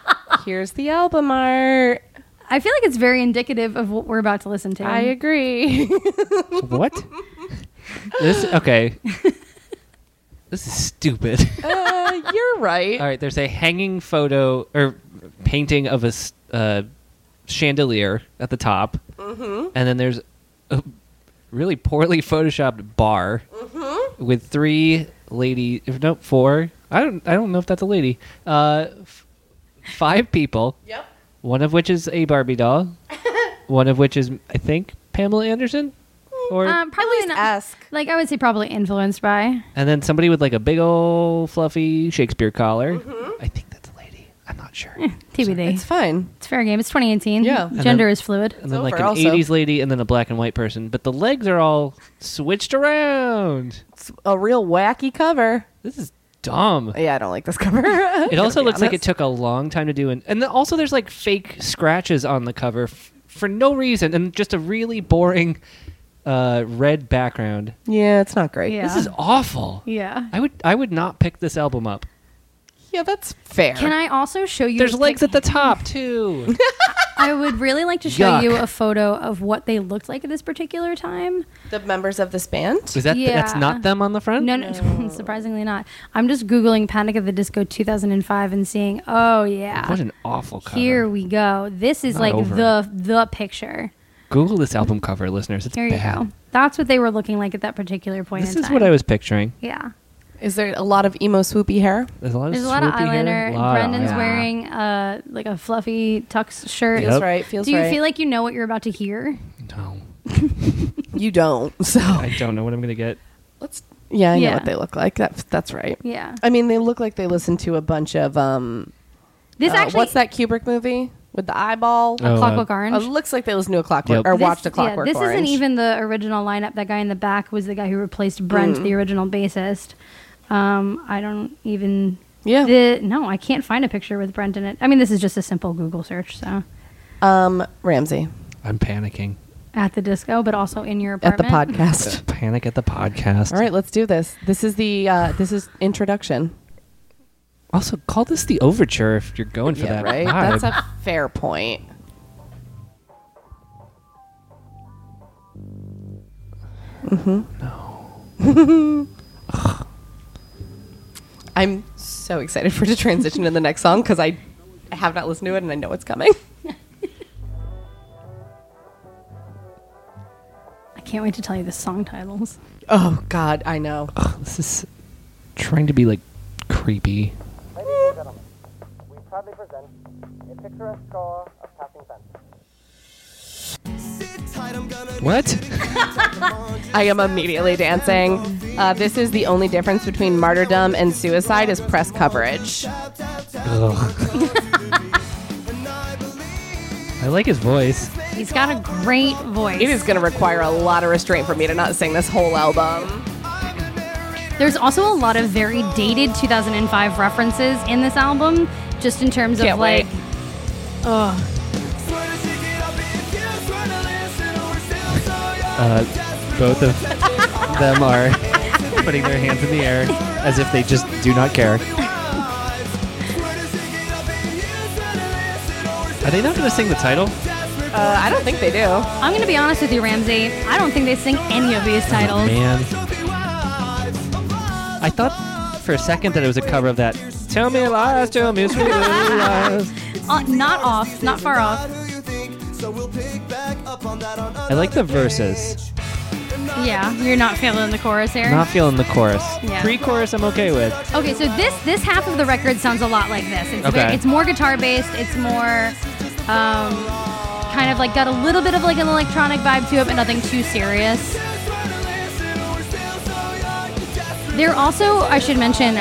[SPEAKER 2] Here's the album art.
[SPEAKER 3] I feel like it's very indicative of what we're about to listen to. Um,
[SPEAKER 2] I agree.
[SPEAKER 1] What? this okay. this is stupid.
[SPEAKER 2] uh, you're right.
[SPEAKER 1] All right, there's a hanging photo or painting of a s- uh, chandelier at the top,
[SPEAKER 2] Mm-hmm.
[SPEAKER 1] and then there's a really poorly photoshopped bar
[SPEAKER 2] Mm-hmm.
[SPEAKER 1] with three lady, if no four. I don't, I don't know if that's a lady. Uh, f- five people,
[SPEAKER 2] Yep.
[SPEAKER 1] one of which is a Barbie doll, one of which is I think Pamela Anderson, or
[SPEAKER 3] um, probably not,
[SPEAKER 2] Ask.
[SPEAKER 3] like I would say probably influenced by.
[SPEAKER 1] and then somebody with like a big old fluffy Shakespeare collar.
[SPEAKER 3] Mm-hmm.
[SPEAKER 1] I think that's a lady. I'm not sure.
[SPEAKER 3] Mm. TBD.
[SPEAKER 2] It's fine.
[SPEAKER 3] It's fair game. It's 2018.
[SPEAKER 2] Yeah. And
[SPEAKER 1] then-
[SPEAKER 3] Gender is fluid.
[SPEAKER 1] and then
[SPEAKER 2] It's
[SPEAKER 1] like
[SPEAKER 2] over
[SPEAKER 1] an
[SPEAKER 2] also.
[SPEAKER 1] 80s lady and then a black and white person but the legs are all switched around
[SPEAKER 2] It's a real wacky cover.
[SPEAKER 1] this is dumb
[SPEAKER 2] Yeah, I don't like this cover. it
[SPEAKER 1] it also looks like it took a long time to do and and then also there's like fake scratches on the cover f- for no reason and just a really boring uh, red background
[SPEAKER 2] Yeah, it's not great.
[SPEAKER 3] Yeah.
[SPEAKER 1] this is awful
[SPEAKER 3] Yeah.
[SPEAKER 1] i would i would not pick this album up
[SPEAKER 2] Yeah, that's fair.
[SPEAKER 3] Can I also show you?
[SPEAKER 1] there's
[SPEAKER 3] a
[SPEAKER 1] legs
[SPEAKER 3] pic-
[SPEAKER 1] at the top too
[SPEAKER 3] I would really like to show
[SPEAKER 1] Yuck.
[SPEAKER 3] you a photo of what they looked like at this particular time.
[SPEAKER 2] The members of this band.
[SPEAKER 1] is that that's
[SPEAKER 3] Yeah.
[SPEAKER 1] not them on the front
[SPEAKER 3] No, no,
[SPEAKER 2] Oh,
[SPEAKER 3] surprisingly not. I'm just googling Panic at the Disco 2005 and seeing, oh yeah,
[SPEAKER 1] what an awful cover
[SPEAKER 3] here we go. This is
[SPEAKER 1] Not
[SPEAKER 3] like
[SPEAKER 1] over
[SPEAKER 3] the the picture.
[SPEAKER 1] google this album cover listeners it's
[SPEAKER 3] Here you
[SPEAKER 1] bad
[SPEAKER 3] go. That's what they were looking like at that particular point.
[SPEAKER 1] this
[SPEAKER 3] in
[SPEAKER 1] is
[SPEAKER 3] time.
[SPEAKER 1] what i was picturing
[SPEAKER 3] Yeah,
[SPEAKER 2] Is there a lot of emo swoopy hair?
[SPEAKER 1] There's a lot of,
[SPEAKER 3] there's a lot of
[SPEAKER 1] swoopy hair,
[SPEAKER 3] eyeliner.
[SPEAKER 1] lot of
[SPEAKER 3] Brendan's
[SPEAKER 1] eyeliner.
[SPEAKER 3] wearing uh like a fluffy tux shirt.
[SPEAKER 1] Yep.
[SPEAKER 2] Feels right. Feels
[SPEAKER 3] Do you
[SPEAKER 2] right.
[SPEAKER 3] feel like you know what you're about to hear?
[SPEAKER 1] No,
[SPEAKER 2] you don't? So
[SPEAKER 1] I don't know what I'm gonna get.
[SPEAKER 2] let's. Yeah, I know
[SPEAKER 3] Yeah.
[SPEAKER 2] what they look like. That's that's right.
[SPEAKER 3] Yeah.
[SPEAKER 2] I mean, they look like they listen to a bunch of um.
[SPEAKER 3] This
[SPEAKER 2] uh,
[SPEAKER 3] actually
[SPEAKER 2] what's that Kubrick movie with the eyeball?
[SPEAKER 1] Oh, uh,
[SPEAKER 3] Clockwork Orange.
[SPEAKER 2] Uh, looks like they listen to a clockwork
[SPEAKER 1] Yep.
[SPEAKER 2] or
[SPEAKER 3] This-
[SPEAKER 2] watch the clockwork.
[SPEAKER 3] this
[SPEAKER 2] Orange.
[SPEAKER 3] isn't even the original lineup. That guy in the back was the guy who replaced Brent,
[SPEAKER 2] Mm-hmm.
[SPEAKER 3] the original bassist. Um, I don't even.
[SPEAKER 2] Yeah.
[SPEAKER 3] the- no, I can't find a picture with Brent in it. I mean, this is just a simple Google search. So
[SPEAKER 2] um Ramsey
[SPEAKER 1] I'm panicking.
[SPEAKER 3] at the disco, but also in your
[SPEAKER 2] at the
[SPEAKER 3] apartment.
[SPEAKER 2] podcast.
[SPEAKER 1] Panic at the podcast.
[SPEAKER 2] All right, let's do this. This is the uh, this is introduction.
[SPEAKER 1] Also, call this the overture if you're going for
[SPEAKER 2] Yeah,
[SPEAKER 1] that.
[SPEAKER 2] right.
[SPEAKER 1] vibe.
[SPEAKER 2] That's a fair point. Mm-hmm. No. I'm so excited for the transition to the next song because I I have not listened to it and I know it's coming.
[SPEAKER 3] I can't wait to tell you the song titles.
[SPEAKER 2] Oh God, I know.
[SPEAKER 1] this is trying to be like creepy.
[SPEAKER 4] Ladies and gentlemen, we proudly present a picturesque score of passing fancy.
[SPEAKER 5] Sit
[SPEAKER 1] What?
[SPEAKER 2] I am immediately dancing. Uh, this is the only difference between martyrdom and suicide is press coverage.
[SPEAKER 1] Ugh. I like his voice.
[SPEAKER 3] He's got a great voice.
[SPEAKER 2] It is going to require a lot of restraint for me to not sing this whole album.
[SPEAKER 3] There's also a lot of very dated 2005 references in this album, just in terms
[SPEAKER 2] Can't
[SPEAKER 3] of
[SPEAKER 2] wait.
[SPEAKER 3] like, oh,
[SPEAKER 1] Uh, both of them are putting their hands in the air as if they just do not care. Are they not going to sing the title?
[SPEAKER 2] Uh, I don't think they do.
[SPEAKER 3] I'm gonna be honest with you, Ramsey. I don't think they sing any of these titles.
[SPEAKER 1] Man. I thought for a second that it was a cover of that. Tell me lies, tell me sweet little lies.
[SPEAKER 3] Uh, not off, not far off.
[SPEAKER 1] I like the verses.
[SPEAKER 3] Yeah, you're not feeling the chorus here.
[SPEAKER 1] Not feeling the chorus.
[SPEAKER 3] Yeah.
[SPEAKER 1] Pre-chorus, I'm okay with.
[SPEAKER 3] Okay, so this this half of the record sounds a lot like this. It's,
[SPEAKER 1] Okay.
[SPEAKER 3] ve- it's more guitar based. It's more um, kind of like got a little bit of like an electronic vibe to it, but nothing too serious. They're also, I should mention,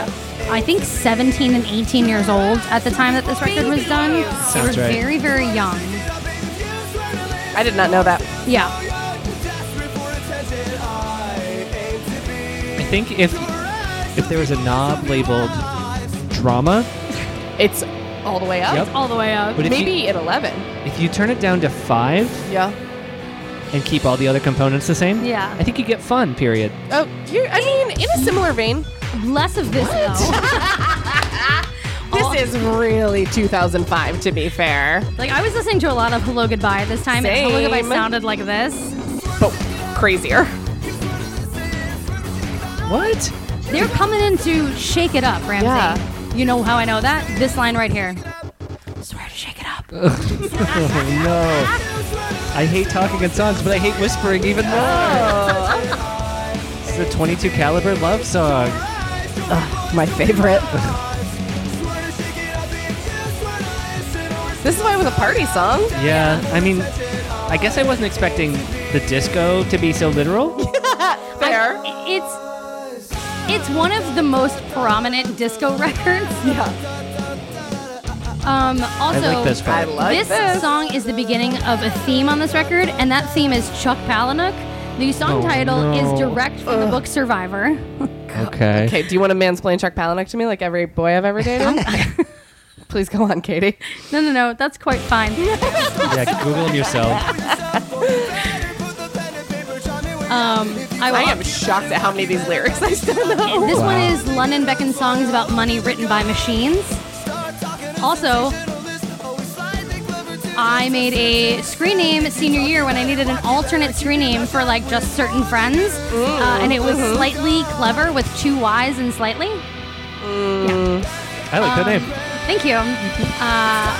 [SPEAKER 3] I think 17 and 18 years old at the time that this record was done. They were
[SPEAKER 1] Sounds right.
[SPEAKER 3] very, very young.
[SPEAKER 2] I did not know that.
[SPEAKER 3] Yeah.
[SPEAKER 1] I think if if there was a knob labeled drama,
[SPEAKER 2] It's all the way up.
[SPEAKER 1] Yep.
[SPEAKER 3] All the way up.
[SPEAKER 1] But if
[SPEAKER 2] Maybe
[SPEAKER 1] you,
[SPEAKER 2] at 11.
[SPEAKER 1] if you turn it down to five
[SPEAKER 2] Yeah.
[SPEAKER 1] and keep all the other components the same,
[SPEAKER 3] Yeah.
[SPEAKER 1] I think you get fun. Period.
[SPEAKER 2] Oh, you're, I mean, in a similar vein.
[SPEAKER 3] Less of this, though.
[SPEAKER 2] This is really 2005, to be fair.
[SPEAKER 3] Like, I was listening to a lot of Hello Goodbye at this time, and Hello Goodbye
[SPEAKER 2] Same.
[SPEAKER 3] sounded like this.
[SPEAKER 2] But crazier.
[SPEAKER 1] What?
[SPEAKER 3] They're coming in to shake it up, Ramsey.
[SPEAKER 2] Yeah.
[SPEAKER 3] You know how I know that? This line right here. Swear to shake it up.
[SPEAKER 1] Oh no! I hate talking in songs, but I hate whispering even more. It's a 22 caliber love song.
[SPEAKER 2] My favorite. this is why it was a party song.
[SPEAKER 1] Yeah, I mean, I guess I wasn't expecting the disco to be so literal.
[SPEAKER 2] Fair.
[SPEAKER 3] I- it's it's one of the most prominent disco records.
[SPEAKER 2] yeah.
[SPEAKER 3] Um, also,
[SPEAKER 1] I like this
[SPEAKER 2] I
[SPEAKER 1] part.
[SPEAKER 2] love
[SPEAKER 3] this
[SPEAKER 2] this.
[SPEAKER 3] song is the beginning of a theme on this record, and that theme is Chuck Palahniuk. The song
[SPEAKER 1] Oh,
[SPEAKER 3] title is
[SPEAKER 1] no.
[SPEAKER 3] direct from the book Survivor.
[SPEAKER 1] okay.
[SPEAKER 2] Okay, do you want to mansplain Chuck Palahniuk to me like every boy I've ever dated? Please go on, Katie.
[SPEAKER 3] No, no, no, that's quite fine.
[SPEAKER 1] Yeah, Google 'em yourself.
[SPEAKER 3] Um, I,
[SPEAKER 2] I am shocked at how many of these lyrics I still know.
[SPEAKER 3] This one
[SPEAKER 1] Wow.
[SPEAKER 3] is London Beckon songs about money written by machines. Also, I made a screen name senior year when I needed an alternate screen name for like just certain friends, uh, and it was
[SPEAKER 1] Mm-hmm.
[SPEAKER 3] slightly clever with two Y's and slightly. Yeah.
[SPEAKER 1] I like that name.
[SPEAKER 3] Thank you. Uh,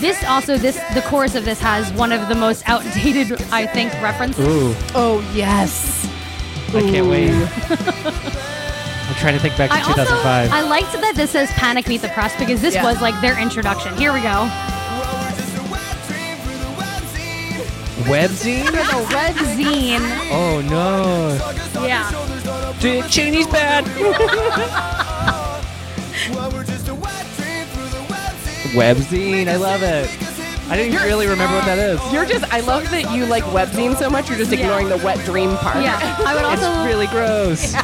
[SPEAKER 3] this also this the chorus of this has one of the most outdated I think references.
[SPEAKER 1] Um, Ooh,
[SPEAKER 2] Oh, yes.
[SPEAKER 1] I can't wait. I'm trying to think back to
[SPEAKER 3] I also
[SPEAKER 1] 2005.
[SPEAKER 3] I liked that this says "Panic Meet the Press" because this
[SPEAKER 2] Yeah.
[SPEAKER 3] was like their introduction. Here we go.
[SPEAKER 1] Webzine?
[SPEAKER 3] The red zine.
[SPEAKER 1] Oh no.
[SPEAKER 3] Yeah.
[SPEAKER 1] Dick Cheney's bad. Webzine, I love it. I didn't really remember what that is.
[SPEAKER 2] You're just, I love that you like webzine so much, you're just ignoring the wet dream part.
[SPEAKER 3] Yeah. I would
[SPEAKER 1] It's
[SPEAKER 3] also.
[SPEAKER 1] really gross.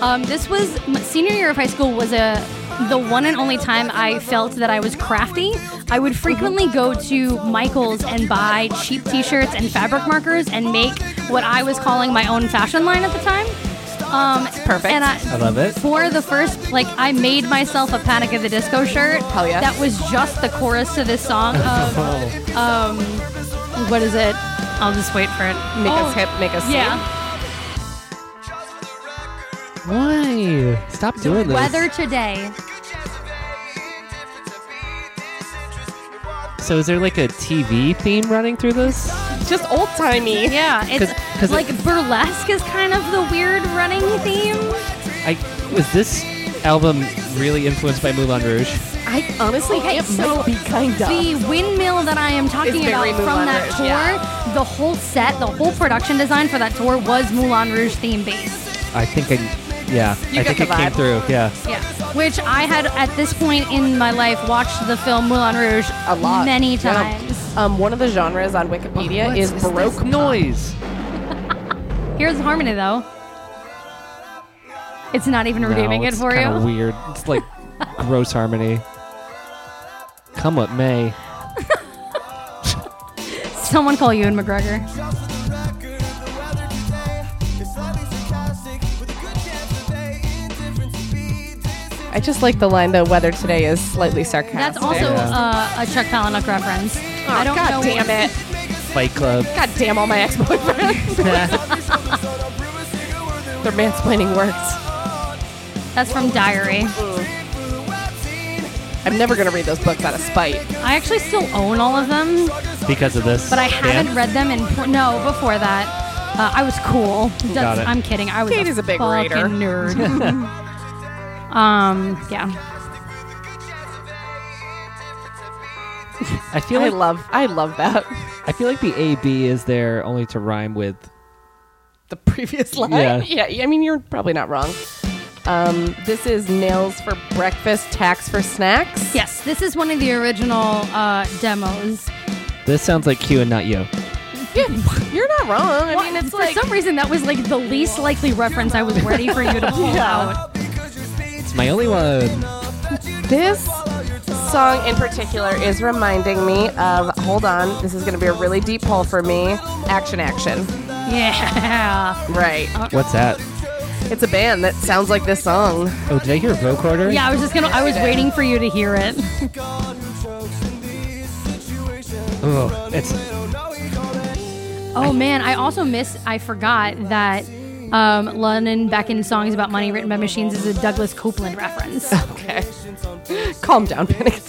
[SPEAKER 3] Um, this was my senior year of high school was a the one and only time I felt that I was crafty. I would frequently go to Michael's and buy cheap T-shirts and fabric markers and make what I was calling my own fashion line at the time. Um,
[SPEAKER 2] perfect.
[SPEAKER 3] And
[SPEAKER 1] I love it.
[SPEAKER 3] for the first like I made myself a Panic at the Disco shirt.
[SPEAKER 2] Hell yeah.
[SPEAKER 3] That was just the chorus to this song of
[SPEAKER 1] Oh,
[SPEAKER 3] um what is it? I'll just wait for it.
[SPEAKER 2] Make
[SPEAKER 3] Oh,
[SPEAKER 2] us hip, make us
[SPEAKER 3] Yeah.
[SPEAKER 1] why? Stop doing this.
[SPEAKER 3] Weather today.
[SPEAKER 1] So is there like a TV theme running through this?
[SPEAKER 2] sing. Just old timey.
[SPEAKER 3] Yeah, it's
[SPEAKER 1] 'Cause- 'cause it-
[SPEAKER 3] like burlesque is kind of the weird running theme.
[SPEAKER 1] I was this album really influenced by Moulin Rouge?
[SPEAKER 2] I honestly
[SPEAKER 3] Okay,
[SPEAKER 2] Oh, it
[SPEAKER 3] so
[SPEAKER 2] might be kind of.
[SPEAKER 3] The windmill that I am talking
[SPEAKER 2] It's
[SPEAKER 3] about
[SPEAKER 2] very
[SPEAKER 3] from
[SPEAKER 2] Moulin
[SPEAKER 3] that
[SPEAKER 2] Rouge,
[SPEAKER 3] tour,
[SPEAKER 2] yeah.
[SPEAKER 3] the whole set, the whole production design for that tour was Moulin Rouge theme based.
[SPEAKER 1] I think I, yeah,
[SPEAKER 2] You
[SPEAKER 1] I think
[SPEAKER 2] got the
[SPEAKER 1] it came
[SPEAKER 2] vibe.
[SPEAKER 1] through. Yeah,
[SPEAKER 3] Yeah. Which I had at this point in my life watched the film Moulin Rouge
[SPEAKER 2] a lot
[SPEAKER 3] many
[SPEAKER 2] Yeah.
[SPEAKER 3] times.
[SPEAKER 2] Um, one of the genres on Wikipedia
[SPEAKER 1] What
[SPEAKER 2] is
[SPEAKER 1] is
[SPEAKER 2] baroque
[SPEAKER 1] this noise.
[SPEAKER 3] Here's harmony though. It's not even redeeming
[SPEAKER 1] no,
[SPEAKER 3] it
[SPEAKER 1] it's
[SPEAKER 3] for you.
[SPEAKER 1] kinda Weird. It's like gross harmony. Come what may.
[SPEAKER 3] Someone call Ewan McGregor.
[SPEAKER 2] I just like the line the weather today is slightly sarcastic.
[SPEAKER 3] That's also
[SPEAKER 1] Yeah.
[SPEAKER 3] uh, a Chuck Palahniuk reference.
[SPEAKER 2] Oh,
[SPEAKER 3] I don't
[SPEAKER 2] God
[SPEAKER 3] know.
[SPEAKER 2] damn it.
[SPEAKER 1] Fight Club.
[SPEAKER 2] God damn all my ex-boyfriends.
[SPEAKER 1] That's
[SPEAKER 2] Their mansplaining works.
[SPEAKER 3] That's from Diary.
[SPEAKER 2] I'm never gonna read those books out of spite.
[SPEAKER 3] I actually still own all of them,
[SPEAKER 1] because of this.
[SPEAKER 3] but I
[SPEAKER 1] band?
[SPEAKER 3] haven't read them in pr- no before that. Uh, I was cool. That's-
[SPEAKER 1] it.
[SPEAKER 3] I'm kidding. I was
[SPEAKER 2] Kate is a big
[SPEAKER 3] fucking
[SPEAKER 2] reader.
[SPEAKER 3] nerd. um, yeah.
[SPEAKER 1] I feel
[SPEAKER 2] I
[SPEAKER 1] like
[SPEAKER 2] love, I love that.
[SPEAKER 1] I feel like the A B is there only to rhyme with.
[SPEAKER 2] The previous line.
[SPEAKER 1] Yeah.
[SPEAKER 2] yeah. I mean, you're probably not wrong. Um, this is nails for breakfast, tax for snacks.
[SPEAKER 3] Yes, this is one of the original uh, demos.
[SPEAKER 1] This sounds like Q and not you.
[SPEAKER 2] Yeah, you're not wrong. I mean, it's
[SPEAKER 3] for
[SPEAKER 2] like
[SPEAKER 3] some reason that was like the least likely reference I was ready for you to pull
[SPEAKER 2] Yeah.
[SPEAKER 3] out.
[SPEAKER 1] It's my only one.
[SPEAKER 2] This song in particular is reminding me of hold on, this is going to be a really deep hole for me. Action, action.
[SPEAKER 3] Yeah.
[SPEAKER 2] Right.
[SPEAKER 1] What's that?
[SPEAKER 2] It's a band that sounds like this song.
[SPEAKER 1] Oh, did I hear vocoder?
[SPEAKER 3] Yeah, I was just gonna. I was waiting for you to hear it.
[SPEAKER 1] Oh, it's
[SPEAKER 3] Oh man, I also miss. I forgot that um, London back in songs about money written by machines is a Douglas Copeland reference.
[SPEAKER 2] Okay. Calm down, Panic.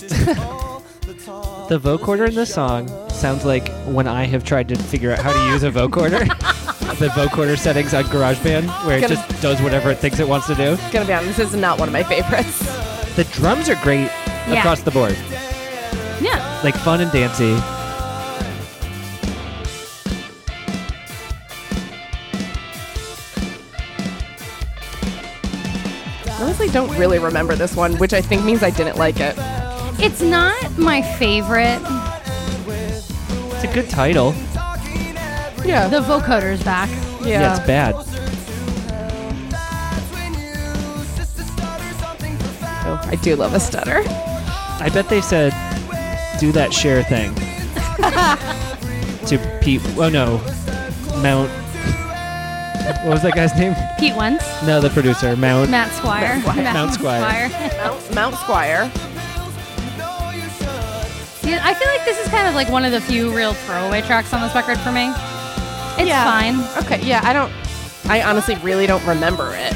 [SPEAKER 1] the vocoder in this song sounds like when I have tried to figure out how to use a vocoder. the vocoder settings on GarageBand, where it
[SPEAKER 2] Gonna-
[SPEAKER 1] just does whatever it thinks it wants to do.
[SPEAKER 2] Gonna be honest, this is not one of my favorites.
[SPEAKER 1] The drums are great
[SPEAKER 3] Yeah.
[SPEAKER 1] across the board,
[SPEAKER 3] yeah,
[SPEAKER 1] like fun and dancy.
[SPEAKER 2] Honestly, don't really remember this one, which I think means I didn't like it.
[SPEAKER 3] it's not my favorite.
[SPEAKER 1] It's a good title.
[SPEAKER 2] Yeah.
[SPEAKER 3] The vocoder's back.
[SPEAKER 2] yeah.
[SPEAKER 1] Yeah, it's bad.
[SPEAKER 2] Oh, I do love a stutter.
[SPEAKER 1] I bet they said, "Do that share thing." to Pete. Oh no, Mount. What was that guy's name?
[SPEAKER 3] Pete Wentz,
[SPEAKER 1] No, the producer, Mount.
[SPEAKER 3] Matt Squire,
[SPEAKER 1] Mount Squire.
[SPEAKER 2] Mount, Mount Squire.
[SPEAKER 3] yeah, I feel like this is kind of like one of the few real throwaway tracks on this record for me. It's
[SPEAKER 2] Yeah.
[SPEAKER 3] fine.
[SPEAKER 2] Okay, yeah, I don't. I honestly really don't remember it.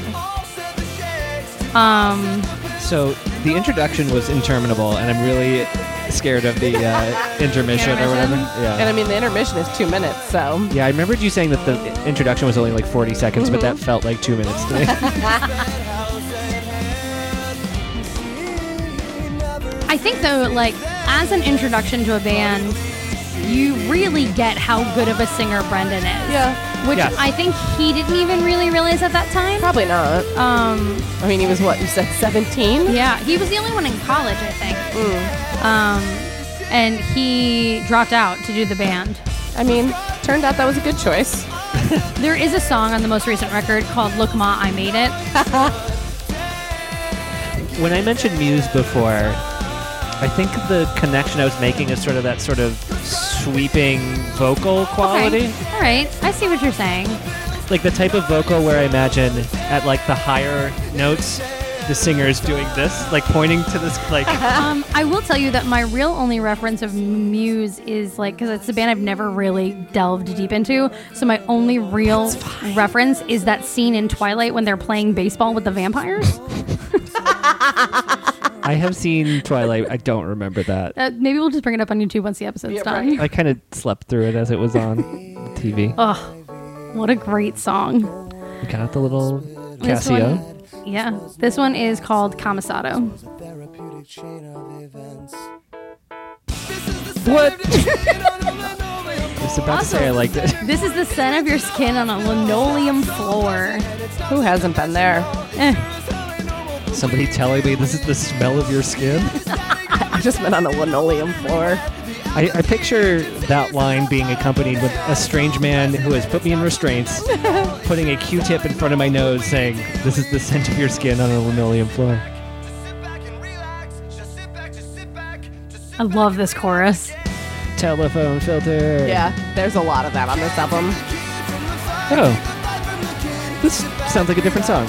[SPEAKER 3] Um,
[SPEAKER 1] So the introduction was interminable, and I'm really scared of the uh, intermission or whatever.
[SPEAKER 3] Intermission?
[SPEAKER 2] And I
[SPEAKER 1] Yeah.
[SPEAKER 2] mean, the intermission is two minutes, so.
[SPEAKER 1] Yeah, I remembered you saying that the introduction was only like 40 seconds, but
[SPEAKER 3] Mm-hmm.
[SPEAKER 1] that felt like two minutes to me.
[SPEAKER 3] I think though, like as an introduction to a band, you really get how good of a singer Brendan is.
[SPEAKER 2] Yeah.
[SPEAKER 3] Which
[SPEAKER 1] Yes.
[SPEAKER 3] I think he didn't even really realize at that time.
[SPEAKER 2] Probably not.
[SPEAKER 3] Um,
[SPEAKER 2] I mean, he was what you said, seventeen.
[SPEAKER 3] yeah, he was the only one in college, I think.
[SPEAKER 1] Mm.
[SPEAKER 3] Um, and he dropped out to do the band.
[SPEAKER 2] I mean, turned out that was a good choice.
[SPEAKER 3] There is a song on the most recent record called "Look Ma, I Made It."
[SPEAKER 1] when I mentioned Muse before, I think the connection I was making is sort of that sort of sweeping vocal quality.
[SPEAKER 3] Okay. All right, I see what you're saying.
[SPEAKER 1] Like the type of vocal where I imagine at like the higher notes, the singer is doing this, like pointing to this, like.
[SPEAKER 3] Um, I will tell you that my real only reference of Muse is like because it's a band I've never really delved deep into. So my only real reference is that scene in Twilight when they're playing baseball with the vampires.
[SPEAKER 1] I have seen Twilight. I don't remember that.
[SPEAKER 3] uh, maybe we'll just bring it up on YouTube once the episode's
[SPEAKER 2] Yeah,
[SPEAKER 3] done.
[SPEAKER 1] I kind of slept through it as it was on the TV.
[SPEAKER 3] What a great song!
[SPEAKER 1] We got the little
[SPEAKER 3] This
[SPEAKER 1] Casio.
[SPEAKER 3] one, yeah, this one is called Camisado.
[SPEAKER 5] perfect chain of events.
[SPEAKER 1] What? Just about to say I liked it.
[SPEAKER 3] This is the scent of your skin on a linoleum floor.
[SPEAKER 2] Who hasn't been there?
[SPEAKER 1] Somebody telling me this is the smell of your skin.
[SPEAKER 2] I've just been on a linoleum floor.
[SPEAKER 1] I, I picture that line being accompanied with a strange man who has put me in restraints, putting a Q-tip in front of my nose, saying, "This is the scent of your skin on a linoleum floor."
[SPEAKER 3] I love this chorus.
[SPEAKER 1] Telephone filter.
[SPEAKER 2] Yeah, there's a lot of that on this album.
[SPEAKER 1] Oh, this sounds like a different song.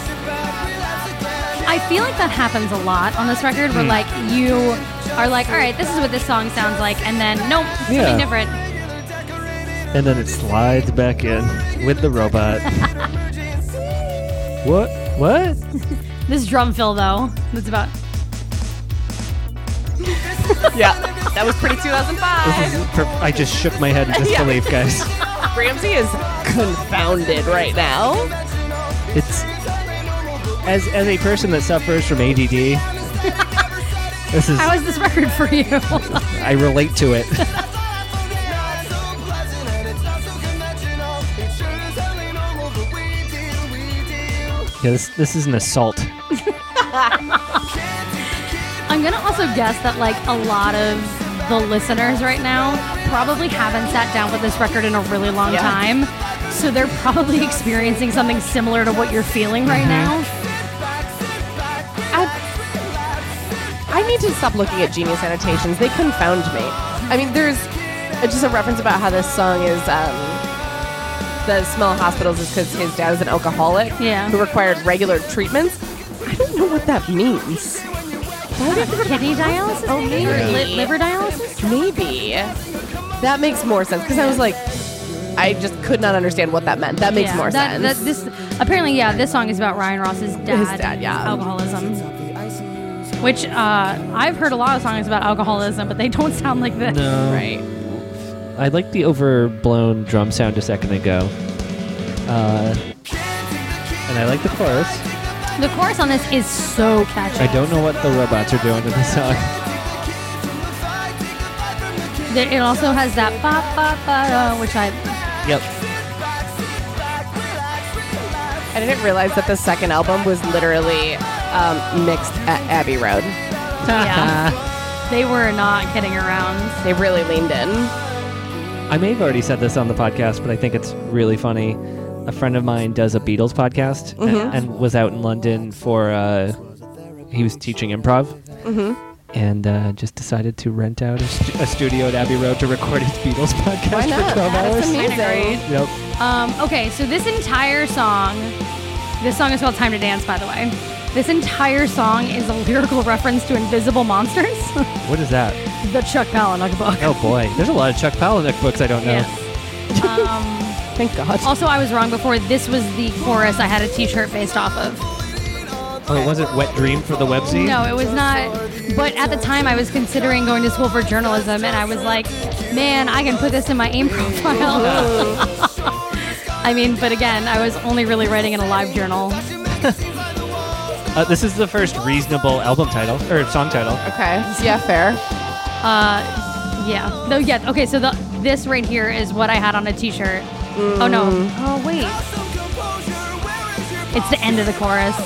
[SPEAKER 3] I feel like that happens a lot on this record
[SPEAKER 1] Hmm.
[SPEAKER 3] where, like, you are like, all right, this is what this song sounds like, and then, nope, something
[SPEAKER 1] Yeah.
[SPEAKER 3] different.
[SPEAKER 1] And then it slides back in with the robot. what? What?
[SPEAKER 3] This drum fill, though, that's about.
[SPEAKER 2] Yeah, that was pretty 2005.
[SPEAKER 1] This is per- I just shook my head in disbelief, guys.
[SPEAKER 2] Ramsey is confounded right now.
[SPEAKER 1] It's as as a person that suffers from ADD. this is
[SPEAKER 3] How is this record for you?
[SPEAKER 1] I relate to it. Yeah, this this is an assault.
[SPEAKER 3] I'm gonna also guess that, like, a lot of the listeners right now probably haven't sat down with this record in a really long
[SPEAKER 2] Yeah.
[SPEAKER 3] time. So they're probably experiencing something similar to what you're feeling right
[SPEAKER 2] Mm-hmm.
[SPEAKER 3] now.
[SPEAKER 2] I need to stop looking at Genius annotations. They confound me. I mean, there's uh, just a reference about how this song is um, the smell of hospitals is because his dad is an alcoholic
[SPEAKER 3] Yeah.
[SPEAKER 2] who required regular treatments. I don't know what that means.
[SPEAKER 3] Kidney dialysis?
[SPEAKER 2] Oh,
[SPEAKER 3] maybe? Or
[SPEAKER 2] maybe.
[SPEAKER 3] li- liver dialysis?
[SPEAKER 2] Maybe that makes more sense because I was like, I just could not understand what that meant. That makes
[SPEAKER 3] Yeah,
[SPEAKER 2] more
[SPEAKER 3] that,
[SPEAKER 2] sense.
[SPEAKER 3] That, this apparently, yeah, this song is about Ryan Ross's dad,
[SPEAKER 2] His dad, yeah.
[SPEAKER 3] alcoholism. Which uh, I've heard a lot of songs about alcoholism, but they don't sound like this.
[SPEAKER 1] No,
[SPEAKER 2] right.
[SPEAKER 1] I like the overblown drum sound a second ago, uh, and I like the chorus.
[SPEAKER 3] The chorus on this is so catchy.
[SPEAKER 1] I don't know what the robots are doing to the song.
[SPEAKER 3] There- It also has that ba ba ba da, which I
[SPEAKER 1] Yep.
[SPEAKER 2] I didn't realize that the second album was literally um, mixed at Abbey Road.
[SPEAKER 3] yeah. They were not kidding around.
[SPEAKER 2] They really leaned in.
[SPEAKER 1] I may have already said this on the podcast, but I think it's really funny. A friend of mine does a Beatles podcast a-
[SPEAKER 2] Mm-hmm.
[SPEAKER 1] and, was out in London for uh, he was teaching improv
[SPEAKER 2] Mm-hmm.
[SPEAKER 1] and uh, just decided to rent out a, stu- a studio at Abbey Road to record his Beatles podcast
[SPEAKER 2] Why not?
[SPEAKER 1] for twelve
[SPEAKER 2] Add
[SPEAKER 1] hours.
[SPEAKER 2] some
[SPEAKER 3] Kinda
[SPEAKER 2] music.
[SPEAKER 3] great.
[SPEAKER 1] Yep.
[SPEAKER 3] Um, okay, so this entire song, this song is called "Time to Dance," by the way. This entire song is a lyrical reference to Invisible Monsters,
[SPEAKER 1] What is that?
[SPEAKER 3] the Chuck Palahniuk book.
[SPEAKER 1] Oh boy, there's a lot of Chuck Palahniuk books I don't know.
[SPEAKER 3] Yes. um,
[SPEAKER 2] Thank God.
[SPEAKER 3] also, I was wrong before. This was the chorus I had a T-shirt based off of.
[SPEAKER 1] Oh, it wasn't Wet Dream for the Webzine.
[SPEAKER 3] No, it was not. But at the time, I was considering going to school for journalism, and I was like, man, I can put this in my AIM profile. I mean, but again, I was only really writing in a live journal.
[SPEAKER 1] Uh, this is the first reasonable album title or song title.
[SPEAKER 2] Okay. Yeah, fair.
[SPEAKER 3] Yeah. No. Yeah. Okay. So the this right here is what I had on a T-shirt. Oh no. Oh wait. It's the end of the chorus.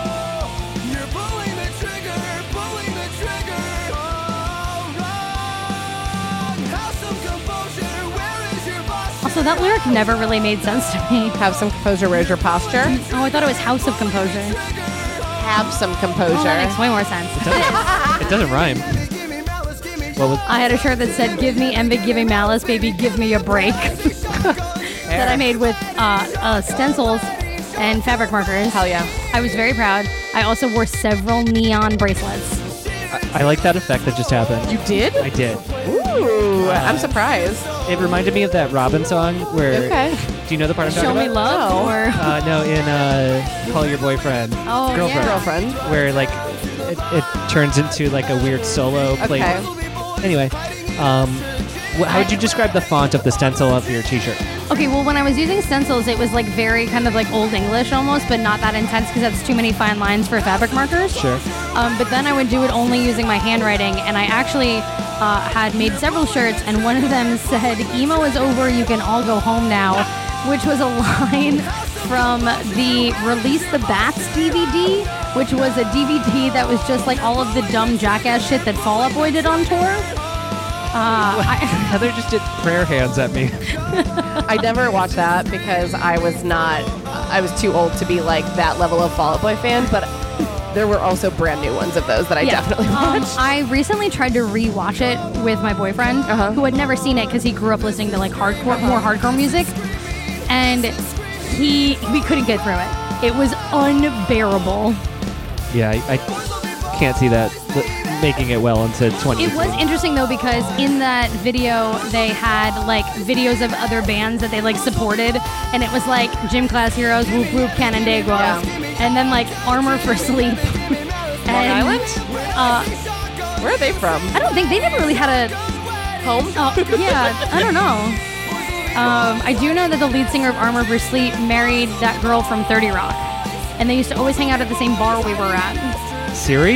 [SPEAKER 5] Oh,
[SPEAKER 3] Also, that lyric never really made sense to me.
[SPEAKER 2] Have some composure. Where's your posture?
[SPEAKER 3] Oh, I thought it was House of Composure.
[SPEAKER 2] Have some composure.
[SPEAKER 3] Oh, that makes way more sense.
[SPEAKER 1] It doesn't rhyme. Well, with
[SPEAKER 3] I had a shirt that said, Give me envy, give me malice, baby, give me a break. that I made with uh, uh, stencils and fabric markers.
[SPEAKER 2] Hell yeah.
[SPEAKER 3] I was very proud. I also wore several neon bracelets.
[SPEAKER 1] I, I like that effect that just happened.
[SPEAKER 2] You did?
[SPEAKER 1] I did.
[SPEAKER 2] Ooh, I'm surprised.
[SPEAKER 1] It reminded me of that Robin song where.
[SPEAKER 2] Okay.
[SPEAKER 1] Do you know the part I'm
[SPEAKER 3] Show
[SPEAKER 1] talking
[SPEAKER 3] me
[SPEAKER 1] about?
[SPEAKER 3] love
[SPEAKER 2] Oh.
[SPEAKER 3] or
[SPEAKER 1] Uh, no, in uh, Call Your Boyfriend.
[SPEAKER 3] Oh, yeah.
[SPEAKER 1] girlfriend.
[SPEAKER 2] Girlfriend.
[SPEAKER 1] Where like it, it turns into like a weird solo played.
[SPEAKER 2] Okay.
[SPEAKER 1] Anyway, um, Wh- How would you describe the font of the stencil of your T-shirt?
[SPEAKER 3] Okay, well, when I was using stencils, it was like very kind of like Old English almost, but not that intense because that's too many fine lines for fabric markers.
[SPEAKER 1] Sure.
[SPEAKER 3] Um, but then I would do it only using my handwriting, and I actually uh, had made several shirts, and one of them said, Emo is over, you can all go home now, which was a line from the Release the Bats DVD, which was a DVD that was just like all of the dumb jackass shit that Fall Out Boy did on tour. Uh, I.
[SPEAKER 1] Heather just did prayer hands at me.
[SPEAKER 2] I never watched that because I was not, I was too old to be like that level of Fall Out Boy fan, but there were also brand new ones of those that I definitely
[SPEAKER 3] Um,
[SPEAKER 2] watched.
[SPEAKER 3] I recently tried to rewatch it with my boyfriend,
[SPEAKER 2] Uh-huh.
[SPEAKER 3] who had never seen it because he grew up listening to like hardcore, more hardcore music, and he we couldn't get through it. It was unbearable.
[SPEAKER 1] yeah, I, I can't see that li- making it well into twenty.
[SPEAKER 3] It was interesting though because in that video they had like videos of other bands that they like supported, and it was like Gym Class Heroes, Whoop Whoop, Canandaigua,
[SPEAKER 2] Yeah.
[SPEAKER 3] and then like Armor for Sleep.
[SPEAKER 2] Long
[SPEAKER 3] and,
[SPEAKER 2] Island?
[SPEAKER 3] Uh,
[SPEAKER 2] Where are they from?
[SPEAKER 3] I don't think they never really had a
[SPEAKER 2] Home?
[SPEAKER 3] Oh, yeah, I don't know. Um, I do know that the lead singer of Armor for Sleep married that girl from 30 Rock. And they used to always hang out at the same bar we were at.
[SPEAKER 1] Siri.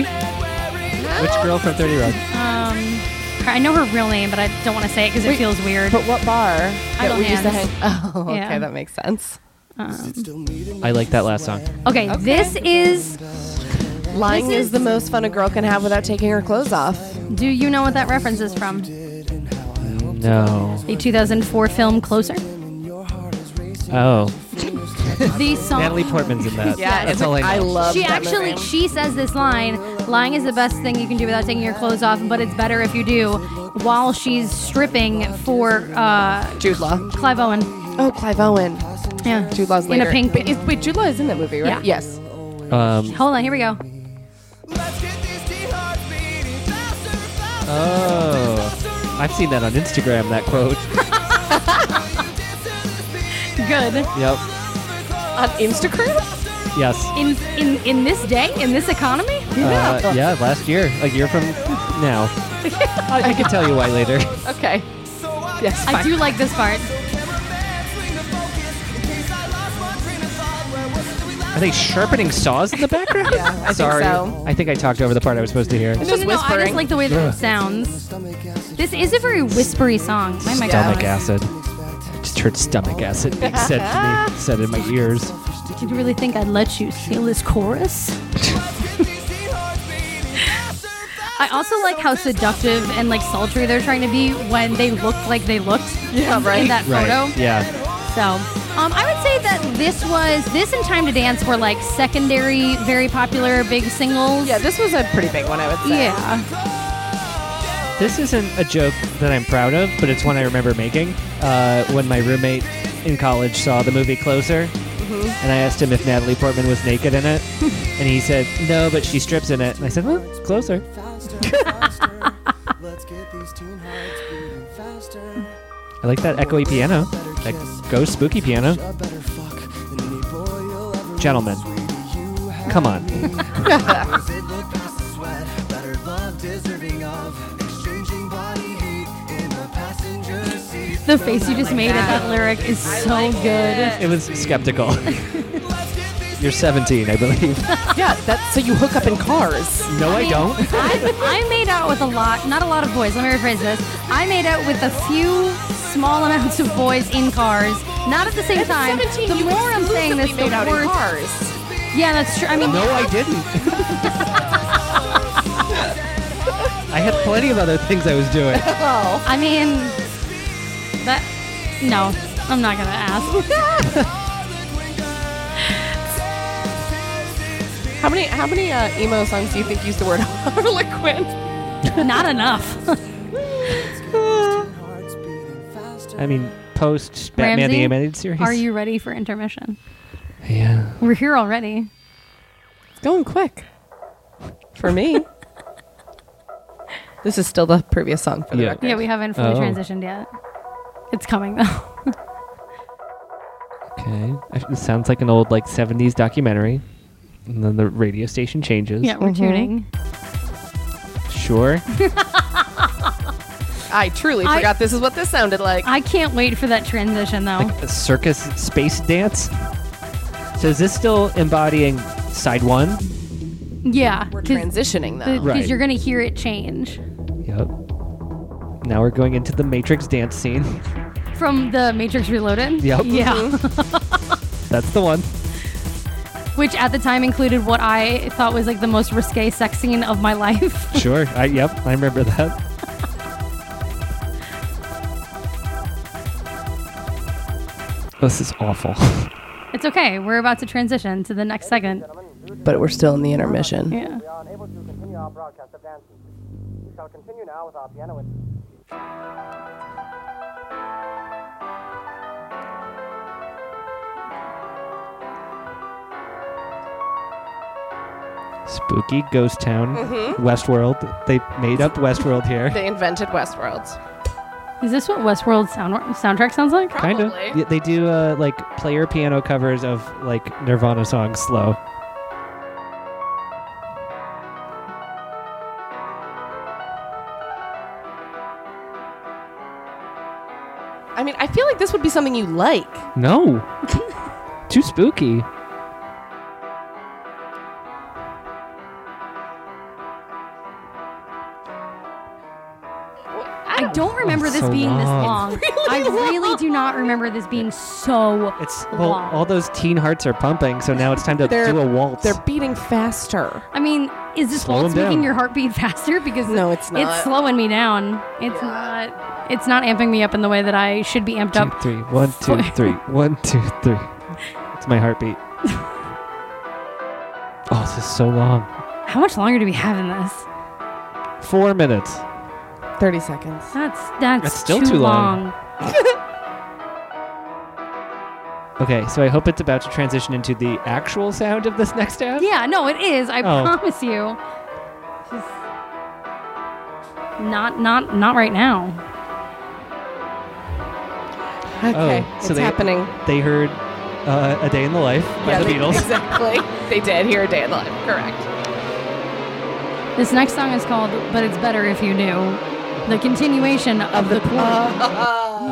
[SPEAKER 1] Which girl from Thirty Rock?
[SPEAKER 3] Um, I know her real name, but I don't want to say it because it
[SPEAKER 2] Wait,
[SPEAKER 3] feels weird.
[SPEAKER 2] But what bar that
[SPEAKER 3] don't
[SPEAKER 2] we used to
[SPEAKER 3] dance.
[SPEAKER 2] hang? Oh, okay,
[SPEAKER 3] Yeah.
[SPEAKER 2] that makes sense.
[SPEAKER 1] I like that last song.
[SPEAKER 3] Okay, this is.
[SPEAKER 2] Lying
[SPEAKER 3] This
[SPEAKER 2] is,
[SPEAKER 3] is-
[SPEAKER 2] the most fun a girl can have without taking her clothes off.
[SPEAKER 3] Do you know what that reference is from?
[SPEAKER 1] No.
[SPEAKER 3] The 2004 film Closer.
[SPEAKER 1] Oh,
[SPEAKER 3] The song.
[SPEAKER 1] Natalie Portman's in that. that's
[SPEAKER 2] it's
[SPEAKER 1] all
[SPEAKER 2] like,
[SPEAKER 1] I know.
[SPEAKER 2] love.
[SPEAKER 3] she
[SPEAKER 2] that
[SPEAKER 3] actually
[SPEAKER 2] movie.
[SPEAKER 3] she says this line lying is the best thing you can do without taking your clothes off but it's better if you do while she's stripping for uh,
[SPEAKER 2] Jude Law.
[SPEAKER 3] clive owen
[SPEAKER 2] Oh, Clive Owen.
[SPEAKER 3] yeah
[SPEAKER 2] Jude Law's
[SPEAKER 3] in
[SPEAKER 2] later.
[SPEAKER 3] a pink
[SPEAKER 2] Wait, is- wait, Jude Law is in that movie, right?
[SPEAKER 3] Yeah.
[SPEAKER 2] Yes.
[SPEAKER 1] Um,
[SPEAKER 3] hold on here we go
[SPEAKER 1] oh, I've seen that on Instagram. That quote.
[SPEAKER 3] good
[SPEAKER 1] Yep.
[SPEAKER 2] On Instagram?
[SPEAKER 1] Yes.
[SPEAKER 3] in in in this day in this economy
[SPEAKER 1] Uh, yeah, last year, a year from now. I, I can tell you why later.
[SPEAKER 2] Okay. Yes.
[SPEAKER 3] i do like this part
[SPEAKER 1] Are they sharpening saws in the background?
[SPEAKER 2] Yeah, I think
[SPEAKER 1] Sorry,
[SPEAKER 2] so.
[SPEAKER 1] I think I talked over the part I was supposed to hear.
[SPEAKER 2] Just
[SPEAKER 3] no, no, no, i
[SPEAKER 2] whispering.
[SPEAKER 3] just like the way that
[SPEAKER 1] Yeah.
[SPEAKER 3] it sounds this is a very whispery song my, my
[SPEAKER 1] Stomach
[SPEAKER 3] goodness.
[SPEAKER 1] acid. Just heard stomach acid being said to me, said in my ears.
[SPEAKER 3] did you really think i'd let you steal this chorus I also like how seductive and like sultry they're trying to be when they look like they looked
[SPEAKER 2] Yeah, right.
[SPEAKER 3] in that
[SPEAKER 1] Right.
[SPEAKER 3] photo.
[SPEAKER 1] Yeah.
[SPEAKER 3] So, um, I would say that this was this and Time to Dance were like secondary, very popular big singles.
[SPEAKER 2] Yeah, this was a pretty big one, I would say.
[SPEAKER 3] yeah.
[SPEAKER 1] This isn't a joke that I'm proud of, but it's one I remember making uh, when my roommate in college saw the movie Closer,
[SPEAKER 2] Mm-hmm.
[SPEAKER 1] and I asked him if Natalie Portman was naked in it, and he said no, but she strips in it. And I said, well, it's Closer. I like that echoey piano. That ghost spooky piano. Gentlemen, come on.
[SPEAKER 3] The face you just made at that lyric is so good.
[SPEAKER 1] It was skeptical. You're 17, I believe.
[SPEAKER 2] Yeah, that's so you hook up in cars.
[SPEAKER 1] No, I don't.
[SPEAKER 3] I, I made out with a lot, not a lot of boys. Let me rephrase this. I made out with a few small amounts of boys in cars, not at the same time. the more I'm saying this, the worse.
[SPEAKER 2] cars.
[SPEAKER 3] Yeah, that's true. I mean,
[SPEAKER 1] No, I didn't. I had plenty of other things I was doing.
[SPEAKER 2] Oh.
[SPEAKER 3] I mean, that. No, I'm not gonna ask.
[SPEAKER 2] How many how many uh, emo songs do you think use the word harlequin?
[SPEAKER 3] not enough.
[SPEAKER 1] I mean, post Batman
[SPEAKER 3] Ramsey,
[SPEAKER 1] the Animated Series.
[SPEAKER 3] Are you ready for intermission?
[SPEAKER 1] Yeah.
[SPEAKER 3] We're here already.
[SPEAKER 2] It's going quick. For me. this is still the previous song for the
[SPEAKER 1] Yeah.
[SPEAKER 2] record.
[SPEAKER 3] Yeah, we haven't fully
[SPEAKER 1] Oh.
[SPEAKER 3] transitioned yet. It's coming though.
[SPEAKER 1] Okay. Actually, This sounds like an old like 70s documentary. And then the radio station
[SPEAKER 2] Mm-hmm.
[SPEAKER 1] changes.
[SPEAKER 3] yeah, we're tuning.
[SPEAKER 1] Sure.
[SPEAKER 2] I truly
[SPEAKER 3] I-
[SPEAKER 2] forgot this is what this sounded like.
[SPEAKER 3] I can't wait for that transition though.
[SPEAKER 1] Like a circus space dance. So is this still embodying side one?
[SPEAKER 3] yeah,
[SPEAKER 2] We're
[SPEAKER 3] because
[SPEAKER 2] transitioning though.
[SPEAKER 1] Right.
[SPEAKER 3] you're gonna hear it change
[SPEAKER 1] Yep. Now we're going into the Matrix dance scene.
[SPEAKER 3] from the Matrix Reloaded.
[SPEAKER 1] Yep.
[SPEAKER 3] Yeah.
[SPEAKER 1] That's the one.
[SPEAKER 3] Which at the time included what I thought was like the most risque sex scene of my life.
[SPEAKER 1] Sure. I yep, I remember that. This is awful.
[SPEAKER 3] It's okay. We're about to transition to the next segment.
[SPEAKER 2] But we're still in the intermission.
[SPEAKER 3] Yeah.
[SPEAKER 4] We are unable to continue our broadcast of dancing. We shall continue now with our pianoist.
[SPEAKER 1] Spooky ghost town, Westworld. They made up Westworld here.
[SPEAKER 2] Mm-hmm. They invented Westworld.
[SPEAKER 3] Is this what Westworld sound soundtrack sounds like?
[SPEAKER 1] kind of.
[SPEAKER 2] Probably.
[SPEAKER 1] Yeah, they do uh, like player piano covers of like Nirvana songs slow.
[SPEAKER 2] I mean, I feel like this would be something you like.
[SPEAKER 1] No. Too spooky.
[SPEAKER 3] I don't remember
[SPEAKER 1] It's
[SPEAKER 3] this
[SPEAKER 1] so
[SPEAKER 3] being this
[SPEAKER 1] long.
[SPEAKER 3] long. I really do not remember this being so
[SPEAKER 1] It's well,
[SPEAKER 3] long.
[SPEAKER 1] all those teen hearts are pumping, so now it's time to
[SPEAKER 2] They're-
[SPEAKER 1] do a waltz.
[SPEAKER 2] They're beating faster.
[SPEAKER 3] I mean, is this
[SPEAKER 1] Slow
[SPEAKER 3] waltz
[SPEAKER 1] them
[SPEAKER 3] making
[SPEAKER 1] down.
[SPEAKER 3] your heartbeat faster? Because
[SPEAKER 2] No, it's not.
[SPEAKER 3] It's slowing me down. It's not. It's not amping me up in the way that I should be amped
[SPEAKER 1] Two,
[SPEAKER 3] up.
[SPEAKER 1] three, one, two, three, one, two, three. It's my heartbeat. oh, this is so long.
[SPEAKER 3] How much longer do we have in this?
[SPEAKER 1] Four minutes.
[SPEAKER 2] 30 seconds.
[SPEAKER 3] That's that's,
[SPEAKER 1] That's still too long. Okay, so I hope it's about to transition into the actual sound of this next app.
[SPEAKER 3] Yeah, no, it is. I
[SPEAKER 1] Oh.
[SPEAKER 3] promise you. Just not not not right now.
[SPEAKER 2] Okay,
[SPEAKER 1] Oh,
[SPEAKER 2] it's
[SPEAKER 1] so they-
[SPEAKER 2] happening.
[SPEAKER 1] They heard uh, "A Day in the Life" by the
[SPEAKER 2] they-
[SPEAKER 1] Beatles.
[SPEAKER 2] Exactly. they did hear a day in the life. Correct.
[SPEAKER 3] This next song is called "But It's Better If You Knew." The continuation of the chorus.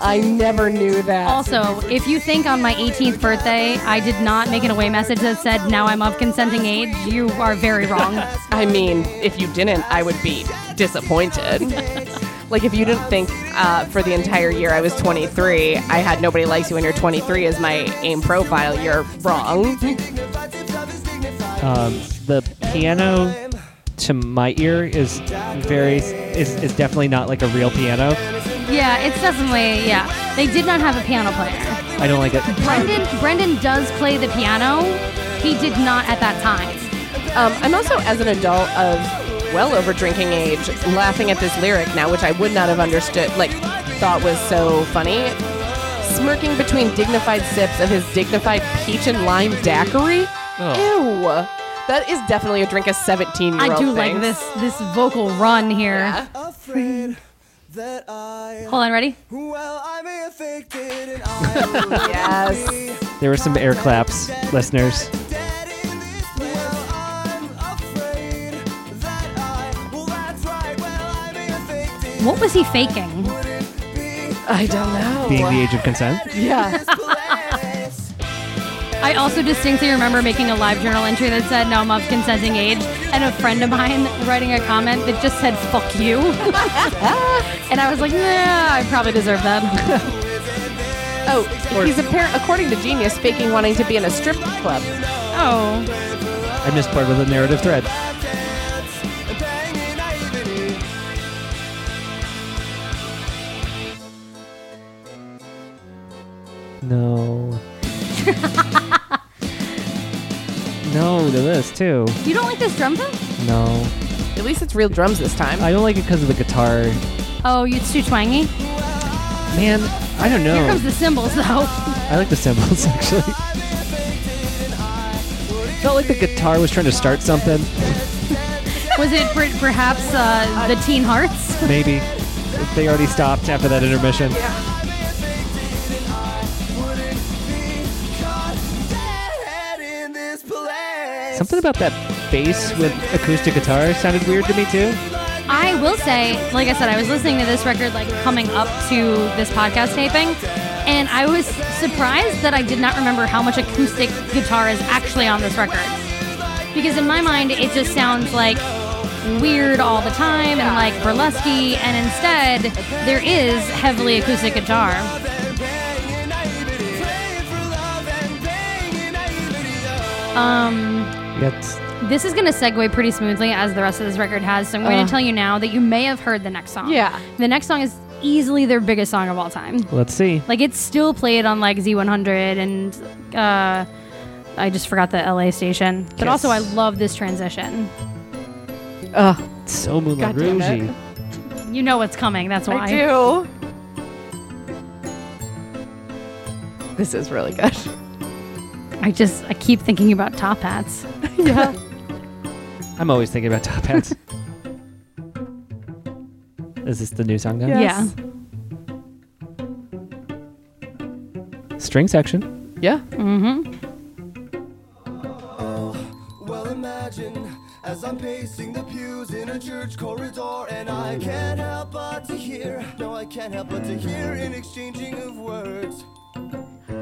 [SPEAKER 2] I never knew that.
[SPEAKER 3] Also, if you think on my 18th birthday I did not make an away message that said now I'm of consenting age, you are very wrong.
[SPEAKER 2] I mean, if you didn't, I would be disappointed. like, if you didn't think uh, for the entire year I was 23, I had nobody likes you when you're 23 as my AIM profile, you're wrong.
[SPEAKER 1] um, the piano to my ear is very is, is definitely not like a real piano.
[SPEAKER 3] yeah, it's definitely yeah. They did not have a piano player.
[SPEAKER 1] I don't like it.
[SPEAKER 3] Brendan Brendan does play the piano. He did not at that time.
[SPEAKER 2] Um, I'm also, as an adult of well over drinking age, laughing at this lyric now, which I would not have understood, like, thought was so funny. Smirking between dignified sips of his dignified peach and lime daiquiri?
[SPEAKER 1] Oh.
[SPEAKER 2] Ew. That is definitely a drink of 17 year old.
[SPEAKER 3] I do like this this vocal run here.
[SPEAKER 5] afraid that I
[SPEAKER 3] Hold on, ready?
[SPEAKER 5] well I'm affected and I
[SPEAKER 2] Yes.
[SPEAKER 1] There were some air claps, listeners.
[SPEAKER 5] dead in this place. Well I'm afraid that I well that's right well I'm affected
[SPEAKER 3] What was he faking?
[SPEAKER 2] I don't know.
[SPEAKER 1] Being the age of consent.
[SPEAKER 2] yeah.
[SPEAKER 5] place.
[SPEAKER 3] I also distinctly remember making a live journal entry that said "No, I'm of consenting age," and a friend of mine writing a comment that just said "fuck you," and I was like, "Yeah, I probably deserve that."
[SPEAKER 2] Oh, he's apparent, according to Genius, faking wanting to be in a strip club.
[SPEAKER 3] oh,
[SPEAKER 1] I missed part of the narrative thread. No. no to this too.
[SPEAKER 3] you don't like this drum thing?
[SPEAKER 1] No.
[SPEAKER 2] At least it's real drums this time.
[SPEAKER 1] I don't like it because of the guitar.
[SPEAKER 3] Oh, it's too twangy.
[SPEAKER 1] Man, I don't
[SPEAKER 3] Here
[SPEAKER 1] know.
[SPEAKER 3] comes the cymbals, though.
[SPEAKER 1] I like the cymbals actually. Felt like the guitar was trying to start something.
[SPEAKER 3] Was it per- perhaps uh, the Teen Hearts?
[SPEAKER 1] Maybe. They already stopped after that intermission.
[SPEAKER 5] Dead in this place.
[SPEAKER 1] Something about that bass with acoustic guitar sounded weird to me too.
[SPEAKER 3] I I will say, like I said, I was listening to this record like coming up to this podcast taping, and I was surprised that I did not remember how much acoustic guitar is actually on this record. Because in my mind, it just sounds like weird all the time and like burlesque, and instead, there is heavily acoustic guitar. Um,
[SPEAKER 1] That's
[SPEAKER 3] this is going to segue pretty smoothly as the rest of this record has. So I'm going
[SPEAKER 2] Ugh.
[SPEAKER 3] to tell you now that you may have heard the next song.
[SPEAKER 2] Uh. Yeah.
[SPEAKER 3] The next song is easily their biggest song of all time.
[SPEAKER 1] let's see.
[SPEAKER 3] Like it's still played on like Z100 and uh, I just forgot the LA station. But
[SPEAKER 1] Kiss.
[SPEAKER 3] also I love this transition.
[SPEAKER 2] Ugh,
[SPEAKER 1] So Moulin
[SPEAKER 2] God damn it.
[SPEAKER 1] Rouge.
[SPEAKER 3] You know what's coming. That's why.
[SPEAKER 2] I do. This is really good.
[SPEAKER 3] I just I keep thinking about top hats.
[SPEAKER 2] yeah.
[SPEAKER 1] I'm always thinking about top hats. Is this the new song now?
[SPEAKER 2] Yes.
[SPEAKER 3] Yeah.
[SPEAKER 1] String section.
[SPEAKER 2] Yeah.
[SPEAKER 3] Mm-hmm.
[SPEAKER 5] Well, imagine as I'm pacing the pews in a church corridor, and I can't help but to hear. No, I can't help but to hear an exchanging of words.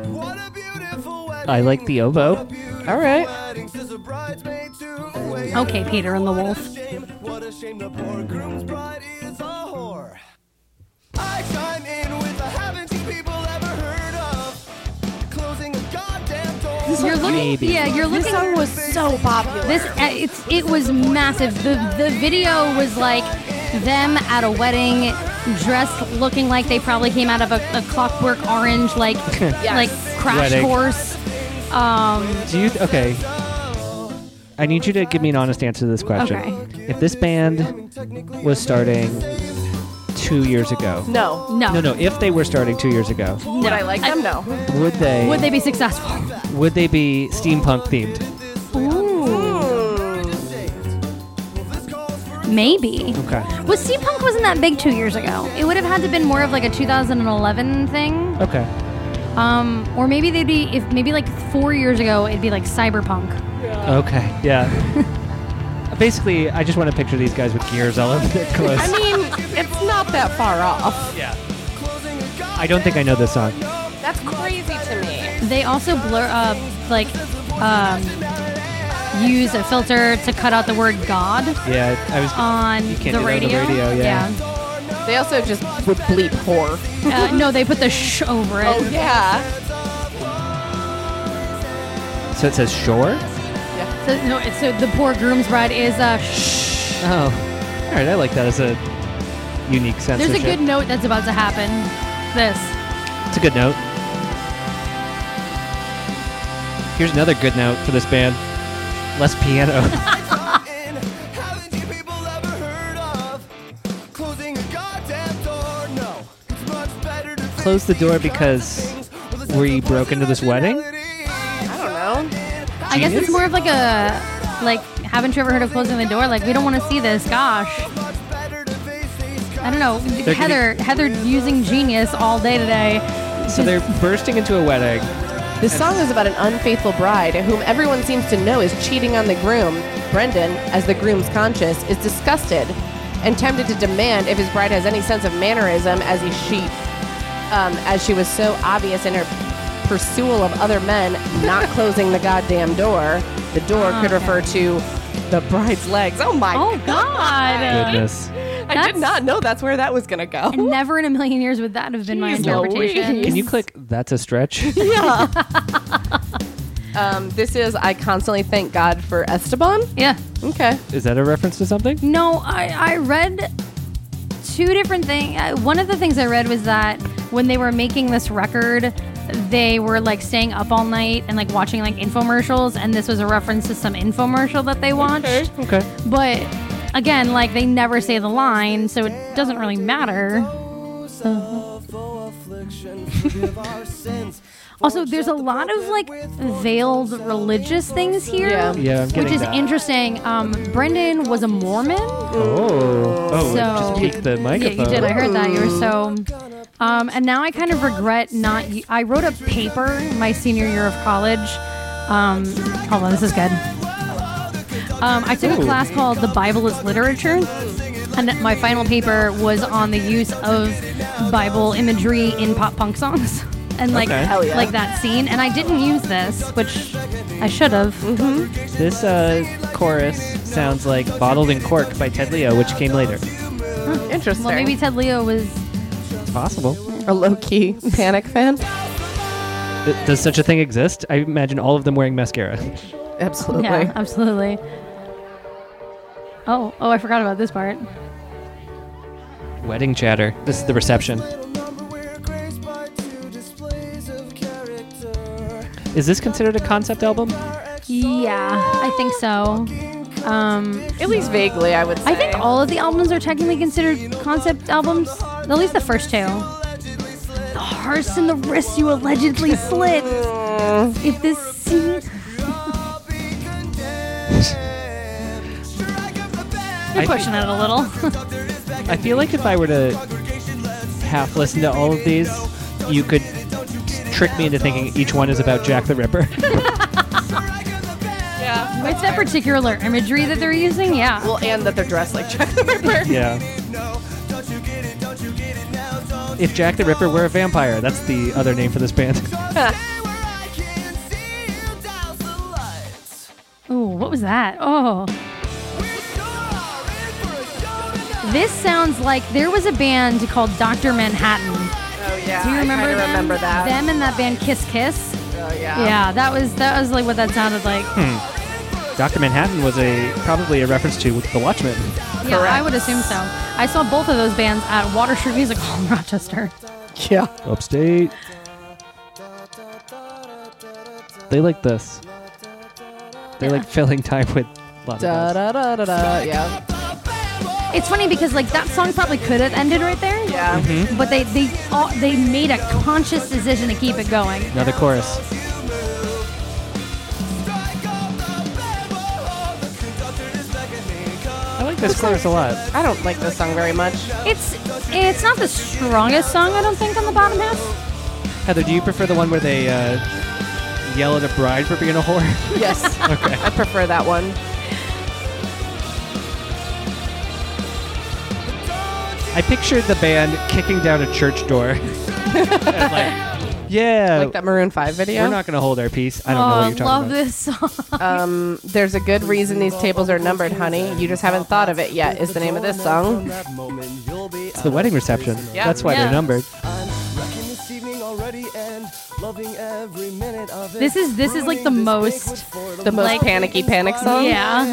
[SPEAKER 5] What a beautiful wedding!
[SPEAKER 1] I like the oboe.
[SPEAKER 5] What a beautiful
[SPEAKER 2] All right.
[SPEAKER 5] wedding, says a bridesmaid to a waiter.
[SPEAKER 3] Okay, Peter and the
[SPEAKER 5] What a
[SPEAKER 3] Wolf.
[SPEAKER 5] shame, What a shame the poor groom's bride is a whore. I chime in with the haven't you people ever heard of? Closing a goddamn door.
[SPEAKER 3] You're looking.
[SPEAKER 1] Maybe.
[SPEAKER 3] Yeah, you're looking.
[SPEAKER 2] This song was so popular.
[SPEAKER 3] This uh, it's it was massive. The the video was like them at a wedding, dressed looking like they probably came out of a, a Clockwork Orange like like crash
[SPEAKER 1] Wedding.
[SPEAKER 3] course. Um,
[SPEAKER 1] Do you? Okay. I need you to give me an honest answer to this question.
[SPEAKER 3] Okay.
[SPEAKER 1] If this band was starting two years ago,
[SPEAKER 2] No.
[SPEAKER 3] no,
[SPEAKER 1] no, no, if they were starting two years ago,
[SPEAKER 2] Would I like them? No.
[SPEAKER 1] would they?
[SPEAKER 3] Would they be successful?
[SPEAKER 1] Would they be steampunk themed?
[SPEAKER 3] Maybe.
[SPEAKER 1] Okay.
[SPEAKER 3] Was steampunk wasn't that big two years ago? It would have had to been more of like a 2011 thing,
[SPEAKER 1] Okay.
[SPEAKER 3] um, or maybe they'd be if maybe like four years ago it'd be like cyberpunk.
[SPEAKER 1] Okay. Yeah. Uh, Basically, I just want to picture these guys with gears all over their clothes.
[SPEAKER 2] I mean, it's not that far off.
[SPEAKER 1] yeah. I don't think I know this song.
[SPEAKER 2] That's crazy to me.
[SPEAKER 3] They also blur up, like, um, use a filter to cut out the word God
[SPEAKER 1] Yeah, I was.
[SPEAKER 3] on,
[SPEAKER 1] You can't do
[SPEAKER 3] the,
[SPEAKER 1] that on the
[SPEAKER 3] radio.
[SPEAKER 1] radio, yeah.
[SPEAKER 2] They also just would bleep whore.
[SPEAKER 3] Yeah. Uh, no, they put the sh over it.
[SPEAKER 2] Oh yeah.
[SPEAKER 1] So it says shore.
[SPEAKER 3] So, no, it's, so the poor groom's bride is a sh.
[SPEAKER 1] Oh. All right, I like that as a unique
[SPEAKER 3] There's
[SPEAKER 1] censorship.
[SPEAKER 3] a good note that's about to happen. This.
[SPEAKER 1] It's a good note. Here's another good note for this band. Less piano.
[SPEAKER 5] in. Haven't you people ever heard of closing a goddamn door? No. It's much better to
[SPEAKER 1] Close the door because were you broke into this wedding?
[SPEAKER 2] I don't know.
[SPEAKER 3] I guess
[SPEAKER 1] Genius?
[SPEAKER 3] it's more of like a, like, haven't you ever heard of closing the door? Like, we don't want to see this. Gosh. I don't know.
[SPEAKER 1] They're gonna-
[SPEAKER 3] Heather, Heather using genius all day today.
[SPEAKER 1] so they're bursting into a wedding.
[SPEAKER 2] This song is about an unfaithful bride whom everyone seems to know is cheating on the groom. Brendan, as the groom's conscience, is disgusted and tempted to demand if his bride has any sense of mannerism as he she um, as she was so obvious in her pursuit of other men, not closing the goddamn door. The door could refer to the bride's legs. Oh my
[SPEAKER 3] Oh, God.
[SPEAKER 1] Goodness.
[SPEAKER 2] I did
[SPEAKER 3] that's-
[SPEAKER 2] not know that's where that was gonna go.
[SPEAKER 3] And never in a million years would that have been my
[SPEAKER 2] Jeez
[SPEAKER 3] interpretation.
[SPEAKER 2] Louise.
[SPEAKER 1] Can you click that's a stretch?
[SPEAKER 2] Um, this is I constantly thank God for Esteban.
[SPEAKER 3] Yeah.
[SPEAKER 2] Okay.
[SPEAKER 1] Is that a reference to something?
[SPEAKER 3] No, I, I read two different things. One of the things I read was that when they were making this record, they were like staying up all night and like watching like infomercials, and this was a reference to some infomercial that they watched.
[SPEAKER 1] Okay.
[SPEAKER 3] But again, like they never say the line, so it doesn't really matter. Also, there's a lot of like veiled religious things here.
[SPEAKER 2] Yeah.
[SPEAKER 1] Yeah, I'm getting
[SPEAKER 3] Which is
[SPEAKER 1] that.
[SPEAKER 3] interesting. Um, Brendan was a Mormon.
[SPEAKER 1] Oh. Oh, it just
[SPEAKER 3] So-
[SPEAKER 1] peaked the
[SPEAKER 3] Yeah,
[SPEAKER 1] microphone.
[SPEAKER 3] you did. I heard that. You were so. Um, and now I kind of regret not. I wrote a paper my senior year of college. Um, hold on, this is good. Um, I took a class called The Bible is Literature. And my final paper was on the use of Bible imagery in pop punk songs. And like
[SPEAKER 1] Okay.
[SPEAKER 2] Hell yeah.
[SPEAKER 3] like that scene, and I didn't use this, which I should have.
[SPEAKER 1] This uh, chorus sounds like Bottled in Cork by Ted Leo, which came later.
[SPEAKER 2] Interesting.
[SPEAKER 3] Well, maybe Ted Leo was.
[SPEAKER 1] It's possible.
[SPEAKER 2] a low key Panic fan.
[SPEAKER 1] Th- does such a thing exist? I imagine all of them wearing mascara.
[SPEAKER 2] Absolutely.
[SPEAKER 3] Yeah, absolutely. Oh, oh, I forgot about this part.
[SPEAKER 1] Wedding chatter. This is the reception. Is this considered a concept album?
[SPEAKER 3] Yeah, I think so. Um,
[SPEAKER 2] At least vaguely, I would say.
[SPEAKER 3] I think all of the albums are technically considered concept albums. At least the first two. The hearts and the wrists you allegedly slit. if this scene,
[SPEAKER 1] I
[SPEAKER 3] you're pushing it a little.
[SPEAKER 1] I feel like if I were to half listen to all of these, you could t- trick me into thinking each one is about Jack the Ripper.
[SPEAKER 2] Yeah.
[SPEAKER 3] it's that particular imagery that they're using. Yeah.
[SPEAKER 2] Well, and that they're dressed like Jack the Ripper.
[SPEAKER 1] yeah. If Jack the Ripper were a vampire, that's the other name for this band.
[SPEAKER 2] Oh,
[SPEAKER 3] Ooh, what was that? Oh. This sounds like there was a band called Dr. Manhattan.
[SPEAKER 2] Oh yeah.
[SPEAKER 3] Do you remember,
[SPEAKER 2] I kinda
[SPEAKER 3] them?
[SPEAKER 2] remember that.
[SPEAKER 3] Them and that band Kiss Kiss.
[SPEAKER 2] Oh yeah.
[SPEAKER 3] Yeah, that was that was like what that sounded like.
[SPEAKER 1] Hmm, Dr. Manhattan was a probably a reference to The Watchmen.
[SPEAKER 3] Yeah,
[SPEAKER 2] Correct.
[SPEAKER 3] I would assume so. I saw both of those bands at Water Street Music Hall in Rochester.
[SPEAKER 2] Yeah.
[SPEAKER 1] Upstate. They like this. They like filling time with lots
[SPEAKER 2] Da
[SPEAKER 1] of
[SPEAKER 2] da da da da. Yeah.
[SPEAKER 3] It's funny because like that song probably could have ended right there,
[SPEAKER 2] Yeah.
[SPEAKER 1] Mm-hmm.
[SPEAKER 3] but they they all, they made a conscious decision to keep it going.
[SPEAKER 1] Another chorus. I like this chorus a lot.
[SPEAKER 2] I don't like this song very much.
[SPEAKER 3] It's it's not the strongest song I don't think on the bottom half.
[SPEAKER 1] Heather, do you prefer the one where they uh, yell at a bride for being a whore?
[SPEAKER 2] Yes. okay. I prefer that one.
[SPEAKER 1] I pictured the band kicking down a church door. And like, yeah,
[SPEAKER 2] Like that Maroon Five video.
[SPEAKER 1] we're not going to hold our peace. I don't know
[SPEAKER 3] oh,
[SPEAKER 1] what
[SPEAKER 3] I
[SPEAKER 1] you're talking
[SPEAKER 3] love
[SPEAKER 1] about.
[SPEAKER 3] this song.
[SPEAKER 2] Um, there's a good reason these tables are numbered, honey. You just haven't thought of it yet. Is the name of this song?
[SPEAKER 1] It's the wedding reception.
[SPEAKER 2] Yeah.
[SPEAKER 1] That's why
[SPEAKER 3] Yeah.
[SPEAKER 1] they're numbered.
[SPEAKER 5] This is this is like the most
[SPEAKER 2] The most
[SPEAKER 3] Like-
[SPEAKER 2] panicky panic song.
[SPEAKER 3] yeah.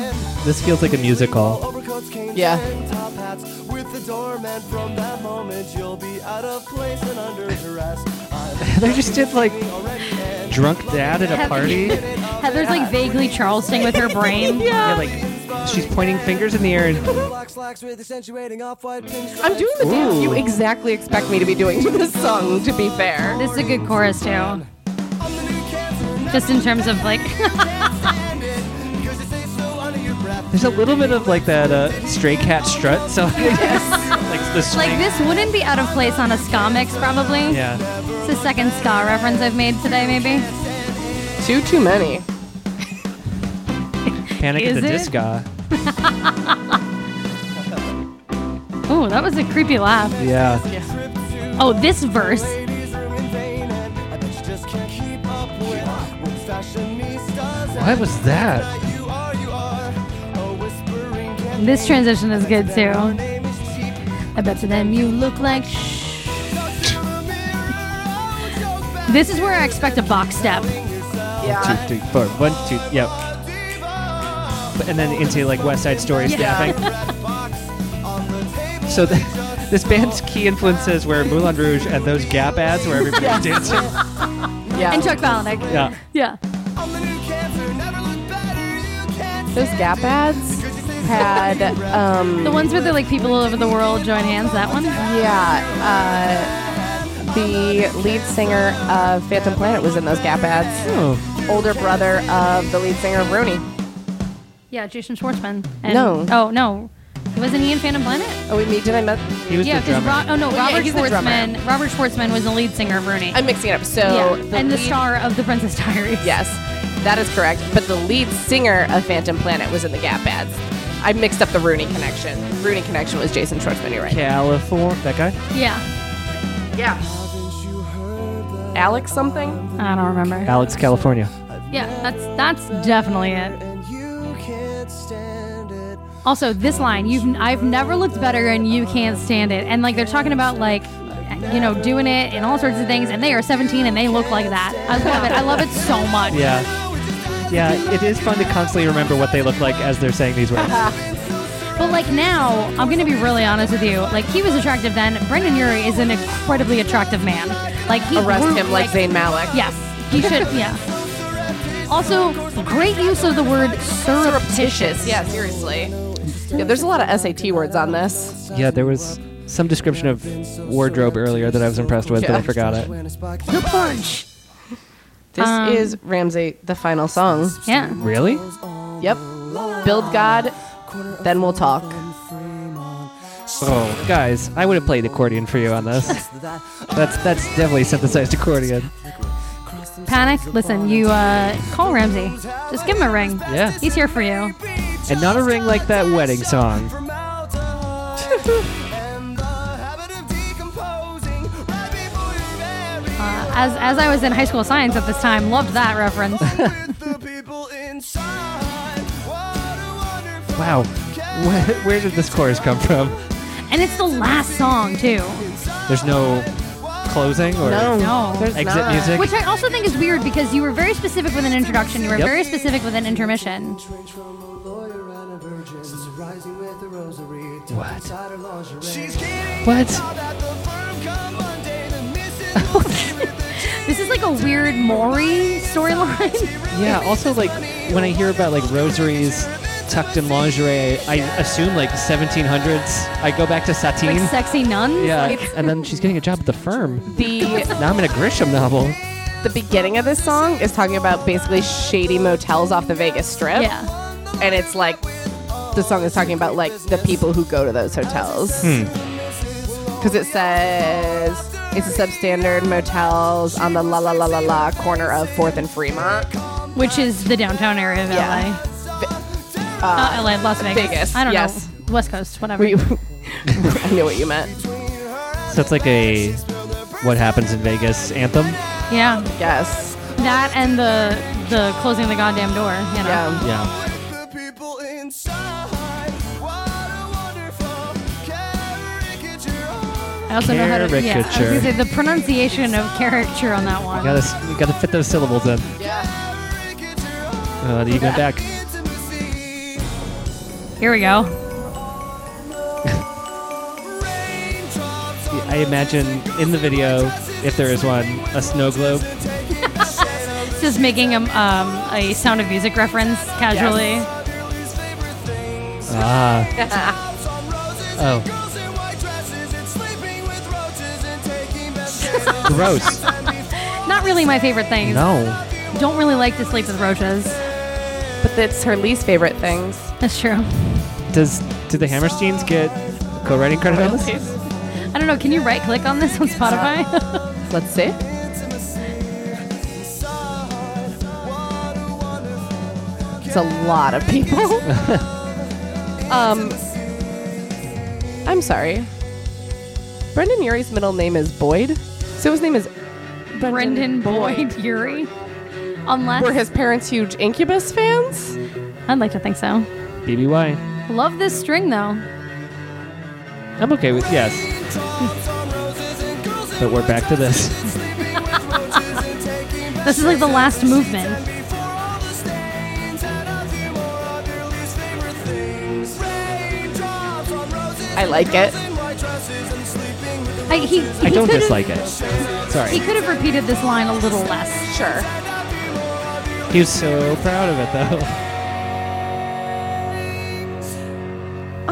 [SPEAKER 1] This feels like a music hall.
[SPEAKER 2] Yeah.
[SPEAKER 1] They just did like drunk dad at a
[SPEAKER 3] Heather-
[SPEAKER 1] party.
[SPEAKER 3] Heather's like vaguely Charleston with her brain.
[SPEAKER 1] Yeah, like she's pointing fingers in the air and
[SPEAKER 2] I'm doing the dance
[SPEAKER 1] Ooh.
[SPEAKER 2] you exactly expect me to be doing to this song. To be fair.
[SPEAKER 3] This is a good chorus too. Just in terms of like
[SPEAKER 1] there's a little bit of like that uh, stray cat strut. So like the swing.
[SPEAKER 3] like this wouldn't be out of place on a ska mix probably.
[SPEAKER 1] Yeah,
[SPEAKER 3] It's the second ska reference I've made today maybe.
[SPEAKER 2] Too too many.
[SPEAKER 1] Panic at
[SPEAKER 3] Is
[SPEAKER 1] the
[SPEAKER 3] it?
[SPEAKER 1] Disco.
[SPEAKER 3] Oh, that was a creepy laugh.
[SPEAKER 1] Yeah,
[SPEAKER 3] Oh, this verse.
[SPEAKER 1] what was that?
[SPEAKER 3] This transition is good too. I bet to them you look like sh- This is where I expect a box step.
[SPEAKER 1] Two,
[SPEAKER 2] Yeah.
[SPEAKER 1] three, four. One, two. Yep. And then into like West Side Story
[SPEAKER 2] Yeah.
[SPEAKER 1] staffing. So th- this band's key influences were Moulin Rouge and those Gap ads where everybody's dancing.
[SPEAKER 2] Yeah.
[SPEAKER 3] And Chuck Palahniuk.
[SPEAKER 1] Yeah.
[SPEAKER 3] Yeah.
[SPEAKER 2] Those Gap ads had, um,
[SPEAKER 3] The ones where they're like people all over the world join hands, that one?
[SPEAKER 2] yeah, uh, the lead singer of Phantom Planet was in those Gap ads.
[SPEAKER 1] Oh,
[SPEAKER 2] Older brother of the lead singer of Rooney.
[SPEAKER 3] Yeah, Jason Schwartzman. And,
[SPEAKER 2] No.
[SPEAKER 3] Oh no, wasn't he in Phantom Planet?
[SPEAKER 2] Oh, wait, me, did I met?
[SPEAKER 1] he was
[SPEAKER 3] yeah,
[SPEAKER 1] the drummer.
[SPEAKER 3] Ro- oh no,
[SPEAKER 2] yeah,
[SPEAKER 3] Robert
[SPEAKER 2] he's the drummer.
[SPEAKER 3] Schwartzman. Robert Schwartzman was the lead singer of Rooney.
[SPEAKER 2] I'm mixing it up. So,
[SPEAKER 3] yeah, and the
[SPEAKER 2] lead-
[SPEAKER 3] star of The Princess Diaries.
[SPEAKER 2] Yes, that is correct. But the lead singer of Phantom Planet was in the Gap ads. I mixed up the Rooney connection. Rooney connection was Jason Schwartzman. You're right.
[SPEAKER 6] California. That guy?
[SPEAKER 3] Yeah.
[SPEAKER 2] Yeah. Alex something.
[SPEAKER 3] I don't remember.
[SPEAKER 6] Alex California.
[SPEAKER 3] Yeah, that's that's definitely it.
[SPEAKER 5] You can't stand it.
[SPEAKER 3] Also, this line, you've I've never looked better and you can't stand it. And like they're talking about like you know, doing it and all sorts of things, and they are 17 and they look like that. I love it. I love it so much.
[SPEAKER 6] Yeah. Yeah, it is fun to constantly remember what they look like as they're saying these words.
[SPEAKER 3] But like now, I'm gonna be really honest with you. Like he was attractive then. Brendan Urie is an incredibly attractive man. Like he
[SPEAKER 2] Arrest
[SPEAKER 3] grew-
[SPEAKER 2] him like Zayn Malik.
[SPEAKER 3] Yes, he should. Yeah. Also, great use of the word surreptitious.
[SPEAKER 2] Yeah, seriously. Yeah, there's a lot of SAT words on this.
[SPEAKER 1] Yeah, there was some description of wardrobe earlier that I was impressed with, but
[SPEAKER 2] Yeah.
[SPEAKER 1] I forgot it.
[SPEAKER 3] The punch.
[SPEAKER 2] This
[SPEAKER 3] Um,
[SPEAKER 2] is Ramsey, the final song.
[SPEAKER 3] Yeah.
[SPEAKER 1] Really?
[SPEAKER 2] Yep. Build God, then we'll talk.
[SPEAKER 1] Oh, guys, I would have played accordion for you on this. that's that's definitely synthesized accordion.
[SPEAKER 3] Panic. Listen, you uh, call Ramsey. Just give him a ring.
[SPEAKER 1] Yeah.
[SPEAKER 3] He's here for you.
[SPEAKER 1] And not a ring like that wedding song.
[SPEAKER 5] From out to heart. and the habit of decomposing right before your very
[SPEAKER 3] Uh, as as I was in high school science at this time, loved that reference.
[SPEAKER 5] with the people inside. What a wonderful
[SPEAKER 1] Wow. Where, where did this chorus come from?
[SPEAKER 3] and it's the last song too.
[SPEAKER 1] There's no closing or
[SPEAKER 3] No.
[SPEAKER 1] exit
[SPEAKER 2] not.
[SPEAKER 1] music.
[SPEAKER 3] Which I also think is weird because you were very specific with an introduction. You were
[SPEAKER 1] Yep.
[SPEAKER 3] very specific with an intermission.
[SPEAKER 5] Strange from a lawyer and a virgin. Rising with a rosary.
[SPEAKER 1] What?
[SPEAKER 5] Inside her lingerie. She's getting
[SPEAKER 1] what?
[SPEAKER 5] out at the firm come Monday. The missus will be with the
[SPEAKER 3] This is like a weird Maury storyline.
[SPEAKER 1] Yeah. Also, like when I hear about like rosaries tucked in lingerie, I assume like 1700s. I go back to
[SPEAKER 3] like
[SPEAKER 1] Satine.
[SPEAKER 3] sexy nuns.
[SPEAKER 1] Yeah.
[SPEAKER 3] Like,
[SPEAKER 1] and then she's getting a job at the firm.
[SPEAKER 2] The
[SPEAKER 1] Now I'm in a Grisham novel.
[SPEAKER 2] the beginning of this song is talking about basically shady motels off the Vegas Strip.
[SPEAKER 3] yeah.
[SPEAKER 2] And it's like the song is talking about like the people who go to those hotels. Cause it says it's a substandard motels on the la la la la la corner of Fourth and Fremont.
[SPEAKER 3] Which is the downtown area of
[SPEAKER 2] Yeah.
[SPEAKER 3] LA. Uh, LA, Las Vegas.
[SPEAKER 2] Vegas,
[SPEAKER 3] I don't
[SPEAKER 2] yes.
[SPEAKER 3] know. West Coast, whatever.
[SPEAKER 2] Were you I knew what you meant.
[SPEAKER 1] So it's like a what happens in Vegas anthem.
[SPEAKER 3] yeah.
[SPEAKER 2] Yes.
[SPEAKER 3] That and the the closing the goddamn door, you know.
[SPEAKER 2] Yeah.
[SPEAKER 1] Yeah.
[SPEAKER 5] the people inside. What a wonderful caricature Oh, of
[SPEAKER 3] I also know how to yeah, I was
[SPEAKER 1] Caricature.
[SPEAKER 3] gonna say the pronunciation of caricature on that one.
[SPEAKER 1] Got to got to fit those syllables in.
[SPEAKER 2] Yeah.
[SPEAKER 5] caricature of
[SPEAKER 1] Uh, the evening back.
[SPEAKER 5] intimacy.
[SPEAKER 3] Here we go.
[SPEAKER 5] Raindrops
[SPEAKER 1] I imagine in the video, if there is one, a snow globe.
[SPEAKER 3] It's Just making a, um, a sound of music reference casually.
[SPEAKER 1] Ah.
[SPEAKER 5] on roses.
[SPEAKER 1] Oh,
[SPEAKER 5] Girls in white dresses and sleeping with roaches and taking messages.
[SPEAKER 1] gross.
[SPEAKER 3] Not really my favorite thing.
[SPEAKER 1] no.
[SPEAKER 3] Don't really like to sleep with roaches.
[SPEAKER 2] But that's her least favorite things.
[SPEAKER 3] That's true.
[SPEAKER 1] Does do the Hammersteins get co-writing credit on this?
[SPEAKER 3] I don't know. Can you right click on this on Spotify?
[SPEAKER 2] Let's see. It's a lot of people. um, I'm sorry. Brendan Urie's middle name is Boyd, so his name is
[SPEAKER 3] Brendan Boyd Yuri. Unless
[SPEAKER 2] Were his parents huge Incubus fans?
[SPEAKER 3] I'd like to think so.
[SPEAKER 1] BBY.
[SPEAKER 3] Love this string though.
[SPEAKER 1] I'm okay with yes, but we're back to this.
[SPEAKER 3] This is like the last movement.
[SPEAKER 2] I like it.
[SPEAKER 3] I, he, he
[SPEAKER 1] I don't
[SPEAKER 3] could've-
[SPEAKER 1] dislike it.
[SPEAKER 3] He
[SPEAKER 1] Sorry.
[SPEAKER 3] could have repeated this line a little less.
[SPEAKER 2] Sure.
[SPEAKER 1] He was so proud of it though.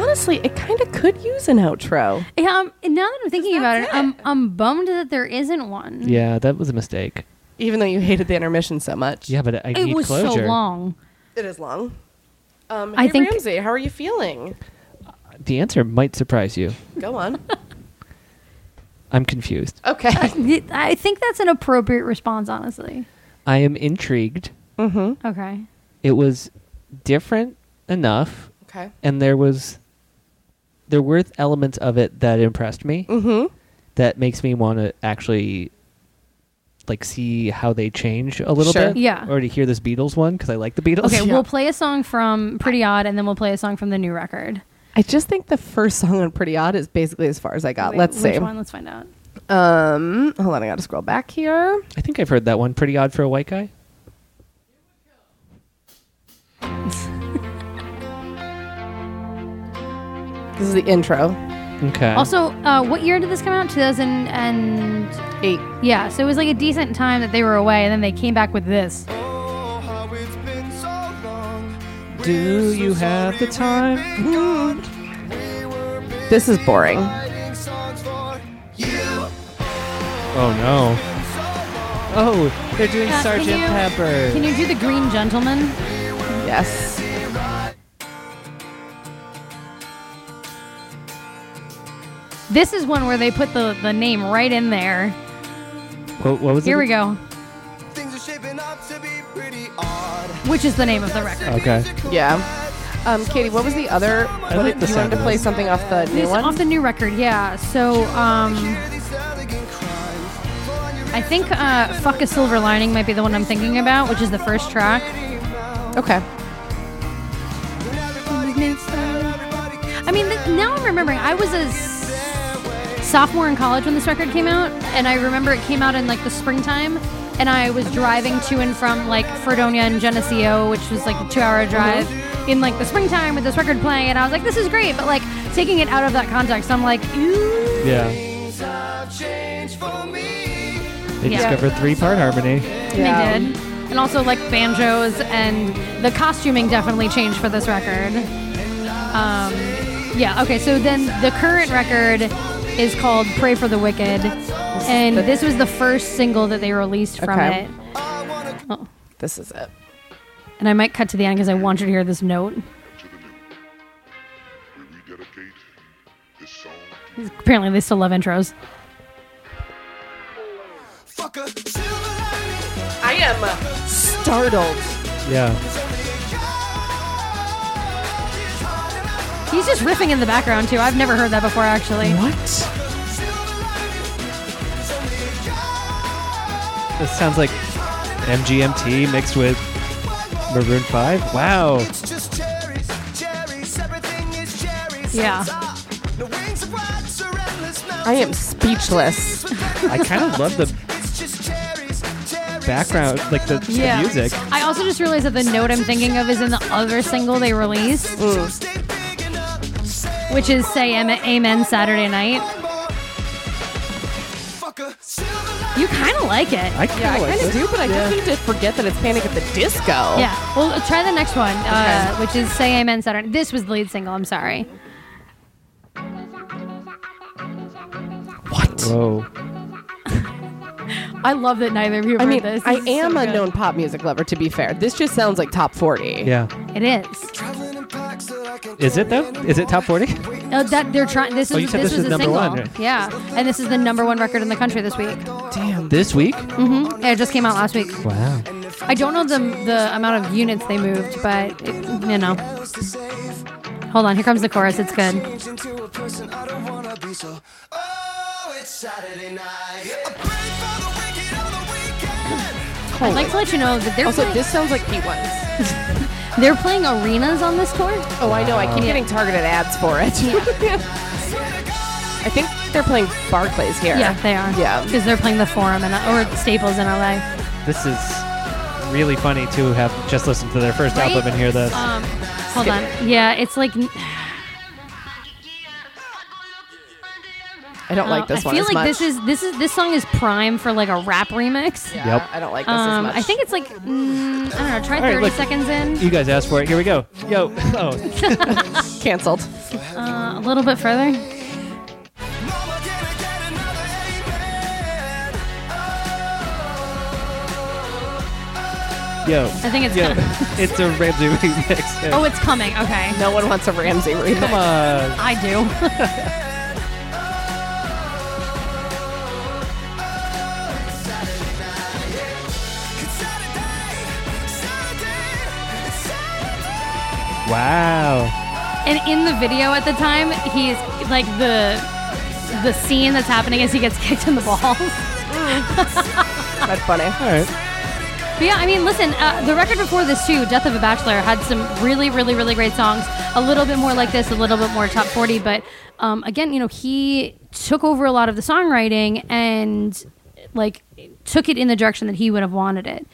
[SPEAKER 2] Honestly, it kind of could use an outro.
[SPEAKER 3] Yeah, um, now that I'm thinking about it, I'm, I'm bummed that there isn't one.
[SPEAKER 1] Yeah, that was a mistake.
[SPEAKER 2] Even though you hated the intermission so much.
[SPEAKER 1] Yeah, but I
[SPEAKER 3] It
[SPEAKER 1] need
[SPEAKER 3] was
[SPEAKER 1] closure.
[SPEAKER 3] so long.
[SPEAKER 2] It is long. Um,
[SPEAKER 3] I
[SPEAKER 2] hey,
[SPEAKER 3] think-
[SPEAKER 2] Ramsey, how are you feeling?
[SPEAKER 1] The answer might surprise you.
[SPEAKER 2] Go on.
[SPEAKER 1] I'm confused.
[SPEAKER 2] Okay.
[SPEAKER 3] Th- I think that's an appropriate response, honestly.
[SPEAKER 1] I
[SPEAKER 2] Mm-hmm.
[SPEAKER 1] am intrigued.
[SPEAKER 3] Okay.
[SPEAKER 1] It was different enough
[SPEAKER 2] Okay.
[SPEAKER 1] and there was there were elements of it that impressed me
[SPEAKER 3] Mm.
[SPEAKER 2] Mm-hmm.
[SPEAKER 1] that makes me want to actually like see how they change a little
[SPEAKER 2] Sure.
[SPEAKER 1] bit
[SPEAKER 3] Yeah.
[SPEAKER 1] or to hear this beatles one because i like the beatles
[SPEAKER 3] Okay,
[SPEAKER 2] Yeah.
[SPEAKER 3] we'll play a song from Pretty Odd, and then we'll play a song from the new record.
[SPEAKER 2] I just think the first song on Pretty Odd is basically as far as I got.
[SPEAKER 3] Wait,
[SPEAKER 2] Let's
[SPEAKER 3] which
[SPEAKER 2] see.
[SPEAKER 3] one? Let's find out.
[SPEAKER 2] Um, hold on, I gotta scroll back here.
[SPEAKER 1] i think i've heard that one pretty odd for a white guy
[SPEAKER 2] This is the intro.
[SPEAKER 1] okay
[SPEAKER 3] Also, uh, what year did this come out? 2000 and
[SPEAKER 2] Eight.
[SPEAKER 3] yeah, so it was like a decent time that they were away, and then they came back with this.
[SPEAKER 5] Oh, how it's been so long.
[SPEAKER 1] do you have the time Hmm.
[SPEAKER 2] This is boring.
[SPEAKER 5] Writing songs for you.
[SPEAKER 1] oh no oh they're doing
[SPEAKER 3] Yeah,
[SPEAKER 1] sergeant
[SPEAKER 3] can you-
[SPEAKER 1] pepper
[SPEAKER 3] Can you do the Green Gentleman?
[SPEAKER 2] Yes.
[SPEAKER 3] This is one where they put the, the name right in there.
[SPEAKER 1] what, what was
[SPEAKER 3] Here
[SPEAKER 1] it
[SPEAKER 3] we go,
[SPEAKER 5] Things are shaping up to be pretty odd.
[SPEAKER 3] which is the name of the record.
[SPEAKER 1] okay
[SPEAKER 2] Yeah. Um, Katie, what was the other? What
[SPEAKER 1] like the
[SPEAKER 2] you
[SPEAKER 1] sound
[SPEAKER 2] wanted to
[SPEAKER 1] of
[SPEAKER 2] play
[SPEAKER 1] this.
[SPEAKER 2] something off the new
[SPEAKER 3] This-
[SPEAKER 2] one.
[SPEAKER 3] off the new record, yeah. So um,
[SPEAKER 5] Hear these elegant crimes. Find your
[SPEAKER 3] I think uh, Fuck a Silver Lining might be the one I'm thinking about, which is the first track.
[SPEAKER 2] okay.
[SPEAKER 5] When everybody gets there, everybody gets
[SPEAKER 3] I mean, th- now I'm remembering. I was a s- sophomore in college when this record came out, and I remember it came out in like the springtime. And I was driving to and from like Fredonia and Geneseo, which was like a two-hour drive, in like the springtime with this record playing, and I was like, "This is great," but like taking it out of that context, I'm like, "Ooh,
[SPEAKER 6] Yeah.
[SPEAKER 5] things have changed for me.
[SPEAKER 6] They
[SPEAKER 3] Yeah.
[SPEAKER 6] discovered three part harmony.
[SPEAKER 2] Yeah.
[SPEAKER 3] they did." And also like banjos and the costuming definitely changed for this record. Um, yeah. Okay. So then the current record is called "Pray for the Wicked," and
[SPEAKER 2] the-
[SPEAKER 3] this was the first single that they released from
[SPEAKER 2] Okay.
[SPEAKER 3] it. Oh,
[SPEAKER 2] This is it.
[SPEAKER 3] And I might cut to the end because I want you to hear this note.
[SPEAKER 7] to the new. We rededicate this song to
[SPEAKER 3] Apparently, they still love intros.
[SPEAKER 5] Fuck a silver lining.
[SPEAKER 2] I am startled.
[SPEAKER 6] Yeah.
[SPEAKER 3] He's just riffing in the background too. I've never heard that before, actually.
[SPEAKER 6] What? This sounds like MGMT mixed with Maroon 5. Wow.
[SPEAKER 5] It's just cherries, cherries. Everything is cherries.
[SPEAKER 3] Yeah.
[SPEAKER 5] The wings of rats are endless
[SPEAKER 2] I am speechless.
[SPEAKER 6] I kind of love the
[SPEAKER 5] It's just cherries, cherries.
[SPEAKER 6] background, like the, the
[SPEAKER 3] Yeah.
[SPEAKER 6] music.
[SPEAKER 3] I also just realized that the note I'm thinking of is in the other single they released,
[SPEAKER 2] Mm.
[SPEAKER 5] Stay big enough.
[SPEAKER 3] which is "Say Am- Amen Saturday Night."
[SPEAKER 5] Fuck a silver lining.
[SPEAKER 3] You kind of like it.
[SPEAKER 6] I kind of
[SPEAKER 2] Yeah, I
[SPEAKER 6] like
[SPEAKER 2] kind of
[SPEAKER 6] this.
[SPEAKER 2] do, but I just need to forget that it's Panic at the Disco.
[SPEAKER 3] Yeah. Well, try the next one, uh, which is "Say Amen Saturday." This was the lead single. I'm sorry.
[SPEAKER 6] Whoa.
[SPEAKER 3] I love that neither of you
[SPEAKER 2] I
[SPEAKER 3] heard
[SPEAKER 2] mean,
[SPEAKER 3] this.
[SPEAKER 2] I
[SPEAKER 3] This is
[SPEAKER 2] am
[SPEAKER 3] so
[SPEAKER 2] a
[SPEAKER 3] good.
[SPEAKER 2] known pop music lover. To be fair, this just sounds like top forty.
[SPEAKER 6] Yeah.
[SPEAKER 3] It is.
[SPEAKER 5] Traveling in packs that I can
[SPEAKER 6] Is it though? Is it top 40?
[SPEAKER 3] Oh, that they're trying. This is
[SPEAKER 6] Oh, you said
[SPEAKER 3] this,
[SPEAKER 6] this
[SPEAKER 3] was
[SPEAKER 6] is
[SPEAKER 3] a
[SPEAKER 6] number
[SPEAKER 3] single.
[SPEAKER 6] one, right?
[SPEAKER 3] Yeah, and this is the number one record in the country this week.
[SPEAKER 1] this week
[SPEAKER 3] hmm It just came out last week.
[SPEAKER 6] Wow.
[SPEAKER 3] I don't know the the amount of units they moved, but it, you know. Hold on, here comes the chorus. It's good.
[SPEAKER 5] change into a person I don't wanna be so Oh, it's Saturday night. I pray for the wicked on the weekend.
[SPEAKER 3] I'd like to let you know that they're
[SPEAKER 2] Also,
[SPEAKER 3] playing,
[SPEAKER 2] this sounds like P1s.
[SPEAKER 3] they're playing arenas on this tour.
[SPEAKER 2] Oh, I know. I keep getting targeted ads for it. I think they're playing Barclays here.
[SPEAKER 3] Yeah, they are.
[SPEAKER 2] Yeah.
[SPEAKER 3] because they're playing the Forum and or Staples in LA.
[SPEAKER 6] This is really funny to have just listened to their first
[SPEAKER 3] Right?
[SPEAKER 6] album and hear this.
[SPEAKER 3] Um, hold on. Yeah, it's like
[SPEAKER 2] I don't like this
[SPEAKER 3] I
[SPEAKER 2] one
[SPEAKER 3] feel
[SPEAKER 2] as
[SPEAKER 3] like
[SPEAKER 2] much.
[SPEAKER 3] this is this is this song is prime for like a rap remix.
[SPEAKER 2] Yeah,
[SPEAKER 6] Yep.
[SPEAKER 2] I don't like this as
[SPEAKER 3] Um,
[SPEAKER 2] much.
[SPEAKER 3] I think it's like mm, I don't know. Try
[SPEAKER 6] All right,
[SPEAKER 3] thirty
[SPEAKER 6] look.
[SPEAKER 3] seconds in,
[SPEAKER 6] you guys asked for it. Here we go. Yo. Oh.
[SPEAKER 2] it's canceled.
[SPEAKER 3] uh, a little bit further.
[SPEAKER 5] Mama, can I get another amen?
[SPEAKER 6] Yo.
[SPEAKER 3] I think it's
[SPEAKER 6] Yo.
[SPEAKER 3] kinda-
[SPEAKER 6] it's a Ramsey remix.
[SPEAKER 3] Oh, it's coming. Okay.
[SPEAKER 2] No one wants a Ramsey remix.
[SPEAKER 6] Come on.
[SPEAKER 3] I do.
[SPEAKER 5] It's Saturday, Saturday, it's Saturday.
[SPEAKER 6] Wow.
[SPEAKER 3] And in the video at the time, he's like the the scene that's happening is he gets kicked in the balls.
[SPEAKER 2] That's funny.
[SPEAKER 1] All right.
[SPEAKER 3] But yeah, I mean, listen, uh, the record before this too, "Death of a Bachelor," had some really, really, really great songs. A little bit more like this, a little bit more top forty. But um, again, you know, he took over a lot of the songwriting and like took it in the direction that he would have wanted it,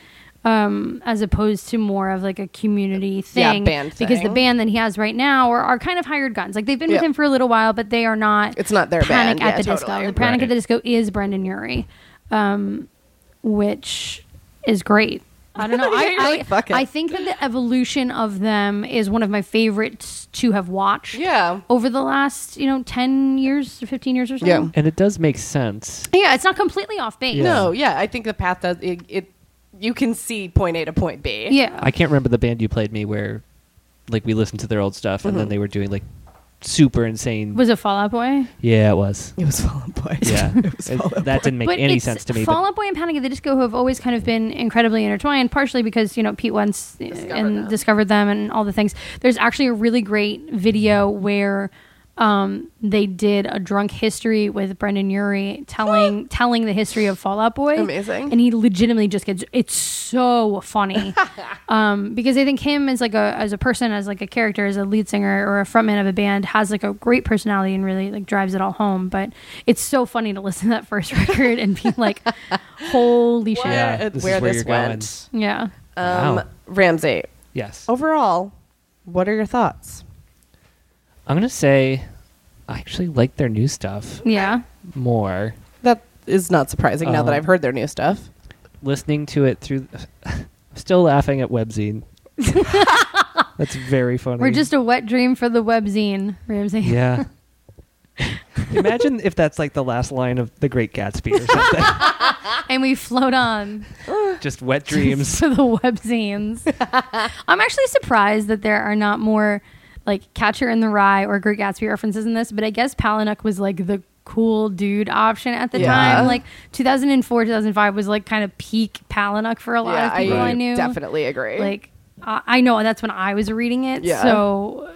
[SPEAKER 3] um, as opposed to more of like a community
[SPEAKER 2] Yeah,
[SPEAKER 3] thing.
[SPEAKER 2] band
[SPEAKER 3] because the
[SPEAKER 2] thing.
[SPEAKER 3] band that he has right now are, are kind of hired guns. Like they've been with
[SPEAKER 2] Yeah.
[SPEAKER 3] him for a little while, but they are not.
[SPEAKER 2] It's not their
[SPEAKER 3] Panic
[SPEAKER 2] band.
[SPEAKER 3] at
[SPEAKER 2] Yeah,
[SPEAKER 3] the
[SPEAKER 2] totally.
[SPEAKER 3] Disco. The Panic
[SPEAKER 1] Right.
[SPEAKER 3] at the Disco is Brendan Urie, um, which is great. I don't know. I,
[SPEAKER 2] You're
[SPEAKER 3] I,
[SPEAKER 2] like, "Fuck it."
[SPEAKER 3] I think that the evolution of them is one of my favorites to have watched.
[SPEAKER 2] Yeah.
[SPEAKER 3] Over the last, you know, 10 years or 15 years or so.
[SPEAKER 2] Yeah.
[SPEAKER 1] And it does make sense.
[SPEAKER 3] Yeah, it's not completely off base.
[SPEAKER 2] No, yeah, I think the path does it, it. You can see point A to point B.
[SPEAKER 3] Yeah.
[SPEAKER 1] I can't remember the band you played me where, like, we listened to their old stuff and then they were doing like super insane.
[SPEAKER 3] Mm-hmm. was it Fall Out Boy?
[SPEAKER 1] yeah, it was.
[SPEAKER 2] It was Fallout Boy.
[SPEAKER 1] Yeah, It- that didn't make any
[SPEAKER 3] it's
[SPEAKER 1] sense to me.
[SPEAKER 3] Fall
[SPEAKER 1] But
[SPEAKER 3] Out Boy and Panic at the Disco have always kind of been incredibly intertwined, partially because you know Pete Wentz uh, and
[SPEAKER 2] them.
[SPEAKER 3] discovered them and all the things. There's actually a really great video where um, they did a drunk history with Brendan Urie telling telling the history of Fallout Boy.
[SPEAKER 2] Amazing.
[SPEAKER 3] and he legitimately just gets it's so funny um, because I think him as like a as a person, as like a character, as a lead singer or a frontman of a band has like a great personality and really like drives it all home. But it's so funny to listen to that first record and be like, "Holy shit!" Yeah.
[SPEAKER 1] yeah,
[SPEAKER 2] Where-
[SPEAKER 1] this
[SPEAKER 2] where
[SPEAKER 1] is where
[SPEAKER 2] this
[SPEAKER 1] you're going.
[SPEAKER 2] went.
[SPEAKER 3] Um,
[SPEAKER 1] Wow.
[SPEAKER 2] Um, Ramsey,
[SPEAKER 1] Yes.
[SPEAKER 2] overall, what are your thoughts?
[SPEAKER 1] I'm gonna say, I actually like their new stuff
[SPEAKER 3] Yeah.
[SPEAKER 1] more.
[SPEAKER 2] That is not surprising now that
[SPEAKER 1] Um,
[SPEAKER 2] I've heard their new stuff.
[SPEAKER 1] Listening to it through, I'm still laughing at Webzine. That's very funny.
[SPEAKER 3] We're just a wet dream for the webzine, Ramsey.
[SPEAKER 1] yeah. Imagine if that's like the last line of The Great Gatsby or something.
[SPEAKER 3] And we float on
[SPEAKER 1] just wet dreams.
[SPEAKER 3] for the webzines. I'm actually surprised that there are not more like Catcher in the Rye or Great Gatsby references in this, but I guess Palinuk was like the cool dude option at the
[SPEAKER 2] Yeah.
[SPEAKER 3] time. Like 2004, 2005 was like kind of peak Palinuk for a lot of people I,
[SPEAKER 1] Right.
[SPEAKER 3] knew.
[SPEAKER 2] definitely agree.
[SPEAKER 3] Like I, I know that's when I was reading it.
[SPEAKER 2] Yeah.
[SPEAKER 3] So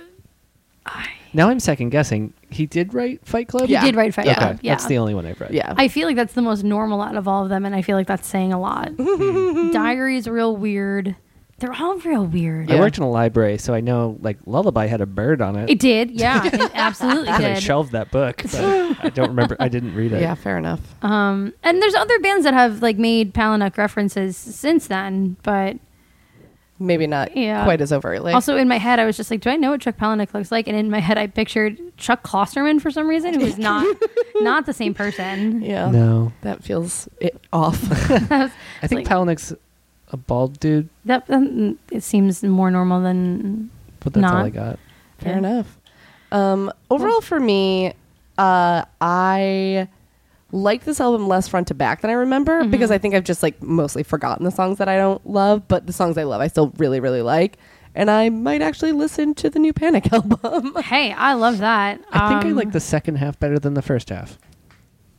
[SPEAKER 1] Now I'm second guessing. He did write Fight Club.
[SPEAKER 2] Yeah.
[SPEAKER 3] he did write Fight
[SPEAKER 2] Okay.
[SPEAKER 3] Club. Yeah.
[SPEAKER 1] That's the only one I've read.
[SPEAKER 2] yeah,
[SPEAKER 3] I feel like that's the most normal out of all of them, and I feel like that's saying a lot. Diary's real weird. They're all real weird.
[SPEAKER 1] I worked in a library, so I know like Lullaby had a bird on it.
[SPEAKER 3] It did, yeah. It absolutely
[SPEAKER 1] and I
[SPEAKER 3] did.
[SPEAKER 1] shelved that book, but I don't remember. I didn't read it.
[SPEAKER 2] yeah, fair enough.
[SPEAKER 3] Um, and there's other bands that have like made Palinuk references since then, but
[SPEAKER 2] Maybe not
[SPEAKER 3] Yeah.
[SPEAKER 2] quite as overtly.
[SPEAKER 3] also in my head I was just like, do I know what Chuck Palahniuk looks like? And in my head I pictured Chuck Klosterman for some reason, who was not not the same person.
[SPEAKER 2] yeah,
[SPEAKER 1] No,
[SPEAKER 2] that feels it off.
[SPEAKER 1] I think
[SPEAKER 3] Like-
[SPEAKER 1] Palahniuk's a bald dude,
[SPEAKER 3] That um, it seems more normal than
[SPEAKER 1] but that's all
[SPEAKER 3] Not.
[SPEAKER 1] I got.
[SPEAKER 2] Fair enough. Um, overall, for me, uh, I like this album less front to back than I remember
[SPEAKER 3] Mm-hmm.
[SPEAKER 2] because I think I've just like mostly forgotten the songs that I don't love, but the songs I love, I still really, really like. And I might actually listen to the new Panic album.
[SPEAKER 3] hey, I love that.
[SPEAKER 1] I think I
[SPEAKER 3] Um,
[SPEAKER 1] like the second half better than the first half.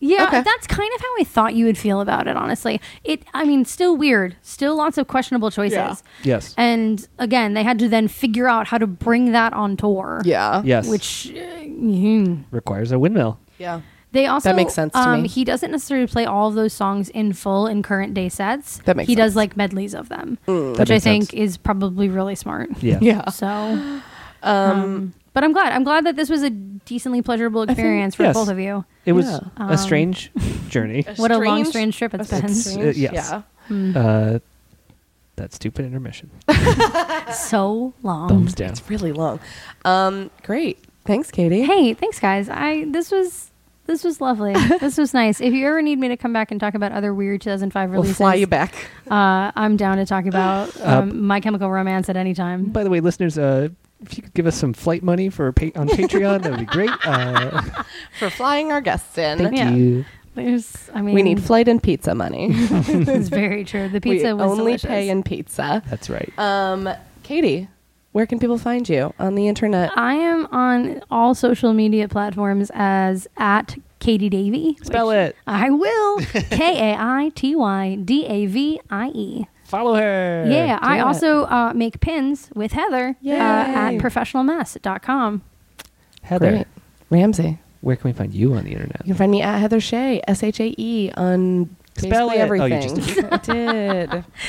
[SPEAKER 3] Yeah,
[SPEAKER 2] Okay.
[SPEAKER 3] that's kind of how I thought you would feel about it, honestly. It I mean, still weird, still lots of questionable choices.
[SPEAKER 2] Yeah.
[SPEAKER 1] Yes.
[SPEAKER 3] And again, they had to then figure out how to bring that on tour.
[SPEAKER 2] yeah.
[SPEAKER 1] yes.
[SPEAKER 3] Which uh, hmm.
[SPEAKER 1] requires a windmill.
[SPEAKER 2] Yeah.
[SPEAKER 3] they also
[SPEAKER 2] That makes sense to
[SPEAKER 3] um,
[SPEAKER 2] me.
[SPEAKER 3] He doesn't necessarily play all of those songs in full in current day sets.
[SPEAKER 2] That makes
[SPEAKER 3] he
[SPEAKER 2] sense. Hmm.
[SPEAKER 3] does like medleys of them,
[SPEAKER 1] That
[SPEAKER 3] which I
[SPEAKER 1] makes
[SPEAKER 3] think
[SPEAKER 1] sense.
[SPEAKER 3] is probably really smart.
[SPEAKER 1] Yeah.
[SPEAKER 2] Yeah. Um,
[SPEAKER 3] So, um, but I'm glad. I'm glad that this was a decently pleasurable experience for
[SPEAKER 1] yes.
[SPEAKER 3] both of you.
[SPEAKER 1] It was
[SPEAKER 2] Yeah.
[SPEAKER 1] a strange journey.
[SPEAKER 3] What a long,
[SPEAKER 2] Strange-
[SPEAKER 3] strange trip it's been. Hmm.
[SPEAKER 1] It's- uh, yes.
[SPEAKER 2] Yeah.
[SPEAKER 1] Uh, that stupid intermission.
[SPEAKER 3] so long.
[SPEAKER 1] Thumbs down.
[SPEAKER 2] It's really long. Um, great. Thanks, Katie.
[SPEAKER 3] Hey, thanks guys. I this was this was lovely. this was nice. If you ever need me to come back and talk about other weird 2005
[SPEAKER 2] We'll
[SPEAKER 3] releases,
[SPEAKER 2] fly you back.
[SPEAKER 3] Uh, I'm down to talk about
[SPEAKER 2] Uh,
[SPEAKER 3] um, My Chemical Romance at any time.
[SPEAKER 1] By the way, listeners, uh, if you could give us some flight money for pa- on Patreon, that would be great. Uh,
[SPEAKER 2] For flying our guests in.
[SPEAKER 1] thank
[SPEAKER 3] Yeah.
[SPEAKER 1] you.
[SPEAKER 3] There's, I mean,
[SPEAKER 2] We need flight and pizza money.
[SPEAKER 3] It's very true. The
[SPEAKER 2] we
[SPEAKER 3] pizza was
[SPEAKER 2] only
[SPEAKER 3] delicious.
[SPEAKER 2] pay in pizza.
[SPEAKER 1] That's right.
[SPEAKER 2] Um, Katie, where can people find you on the internet?
[SPEAKER 3] I am on all social media platforms as at Katie Davy.
[SPEAKER 1] Spell
[SPEAKER 3] which
[SPEAKER 1] it.
[SPEAKER 3] I will. K A I T Y D A V I E.
[SPEAKER 1] Follow her.
[SPEAKER 3] Yeah, I
[SPEAKER 2] it.
[SPEAKER 3] also uh, make pins with Heather uh,
[SPEAKER 2] Yay.
[SPEAKER 3] at professionalmess.com.
[SPEAKER 1] Heather,
[SPEAKER 2] Great. Ramsey.
[SPEAKER 1] where can we find you on the internet?
[SPEAKER 2] You can find me at Heather Shea, S H A E, on
[SPEAKER 1] Spell
[SPEAKER 2] basically
[SPEAKER 1] it. Oh,
[SPEAKER 2] everything.
[SPEAKER 1] you just
[SPEAKER 2] I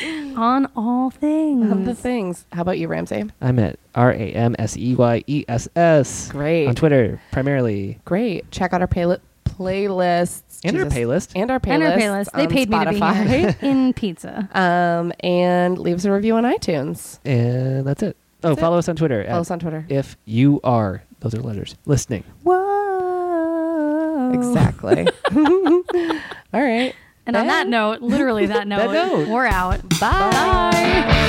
[SPEAKER 2] did.
[SPEAKER 3] on all things.
[SPEAKER 2] Love the things. How about you, Ramsey?
[SPEAKER 1] I'm at R A M S E Y E S S.
[SPEAKER 2] Great.
[SPEAKER 1] On Twitter, primarily.
[SPEAKER 2] Great. Check out our payli- playlists.
[SPEAKER 1] And our playlist.
[SPEAKER 2] And our playlist.
[SPEAKER 3] and our playlist. They paid me to be here in pizza.
[SPEAKER 2] um, and leave us a review on iTunes.
[SPEAKER 1] And that's it. Oh,
[SPEAKER 2] That's it.
[SPEAKER 1] follow us on Twitter.
[SPEAKER 2] Follow us on Twitter.
[SPEAKER 1] If you are, those are letters, listening.
[SPEAKER 2] Whoa. Exactly. All right.
[SPEAKER 3] And on that note, literally that note,
[SPEAKER 1] note.
[SPEAKER 3] we're out.
[SPEAKER 2] Bye.
[SPEAKER 3] Bye.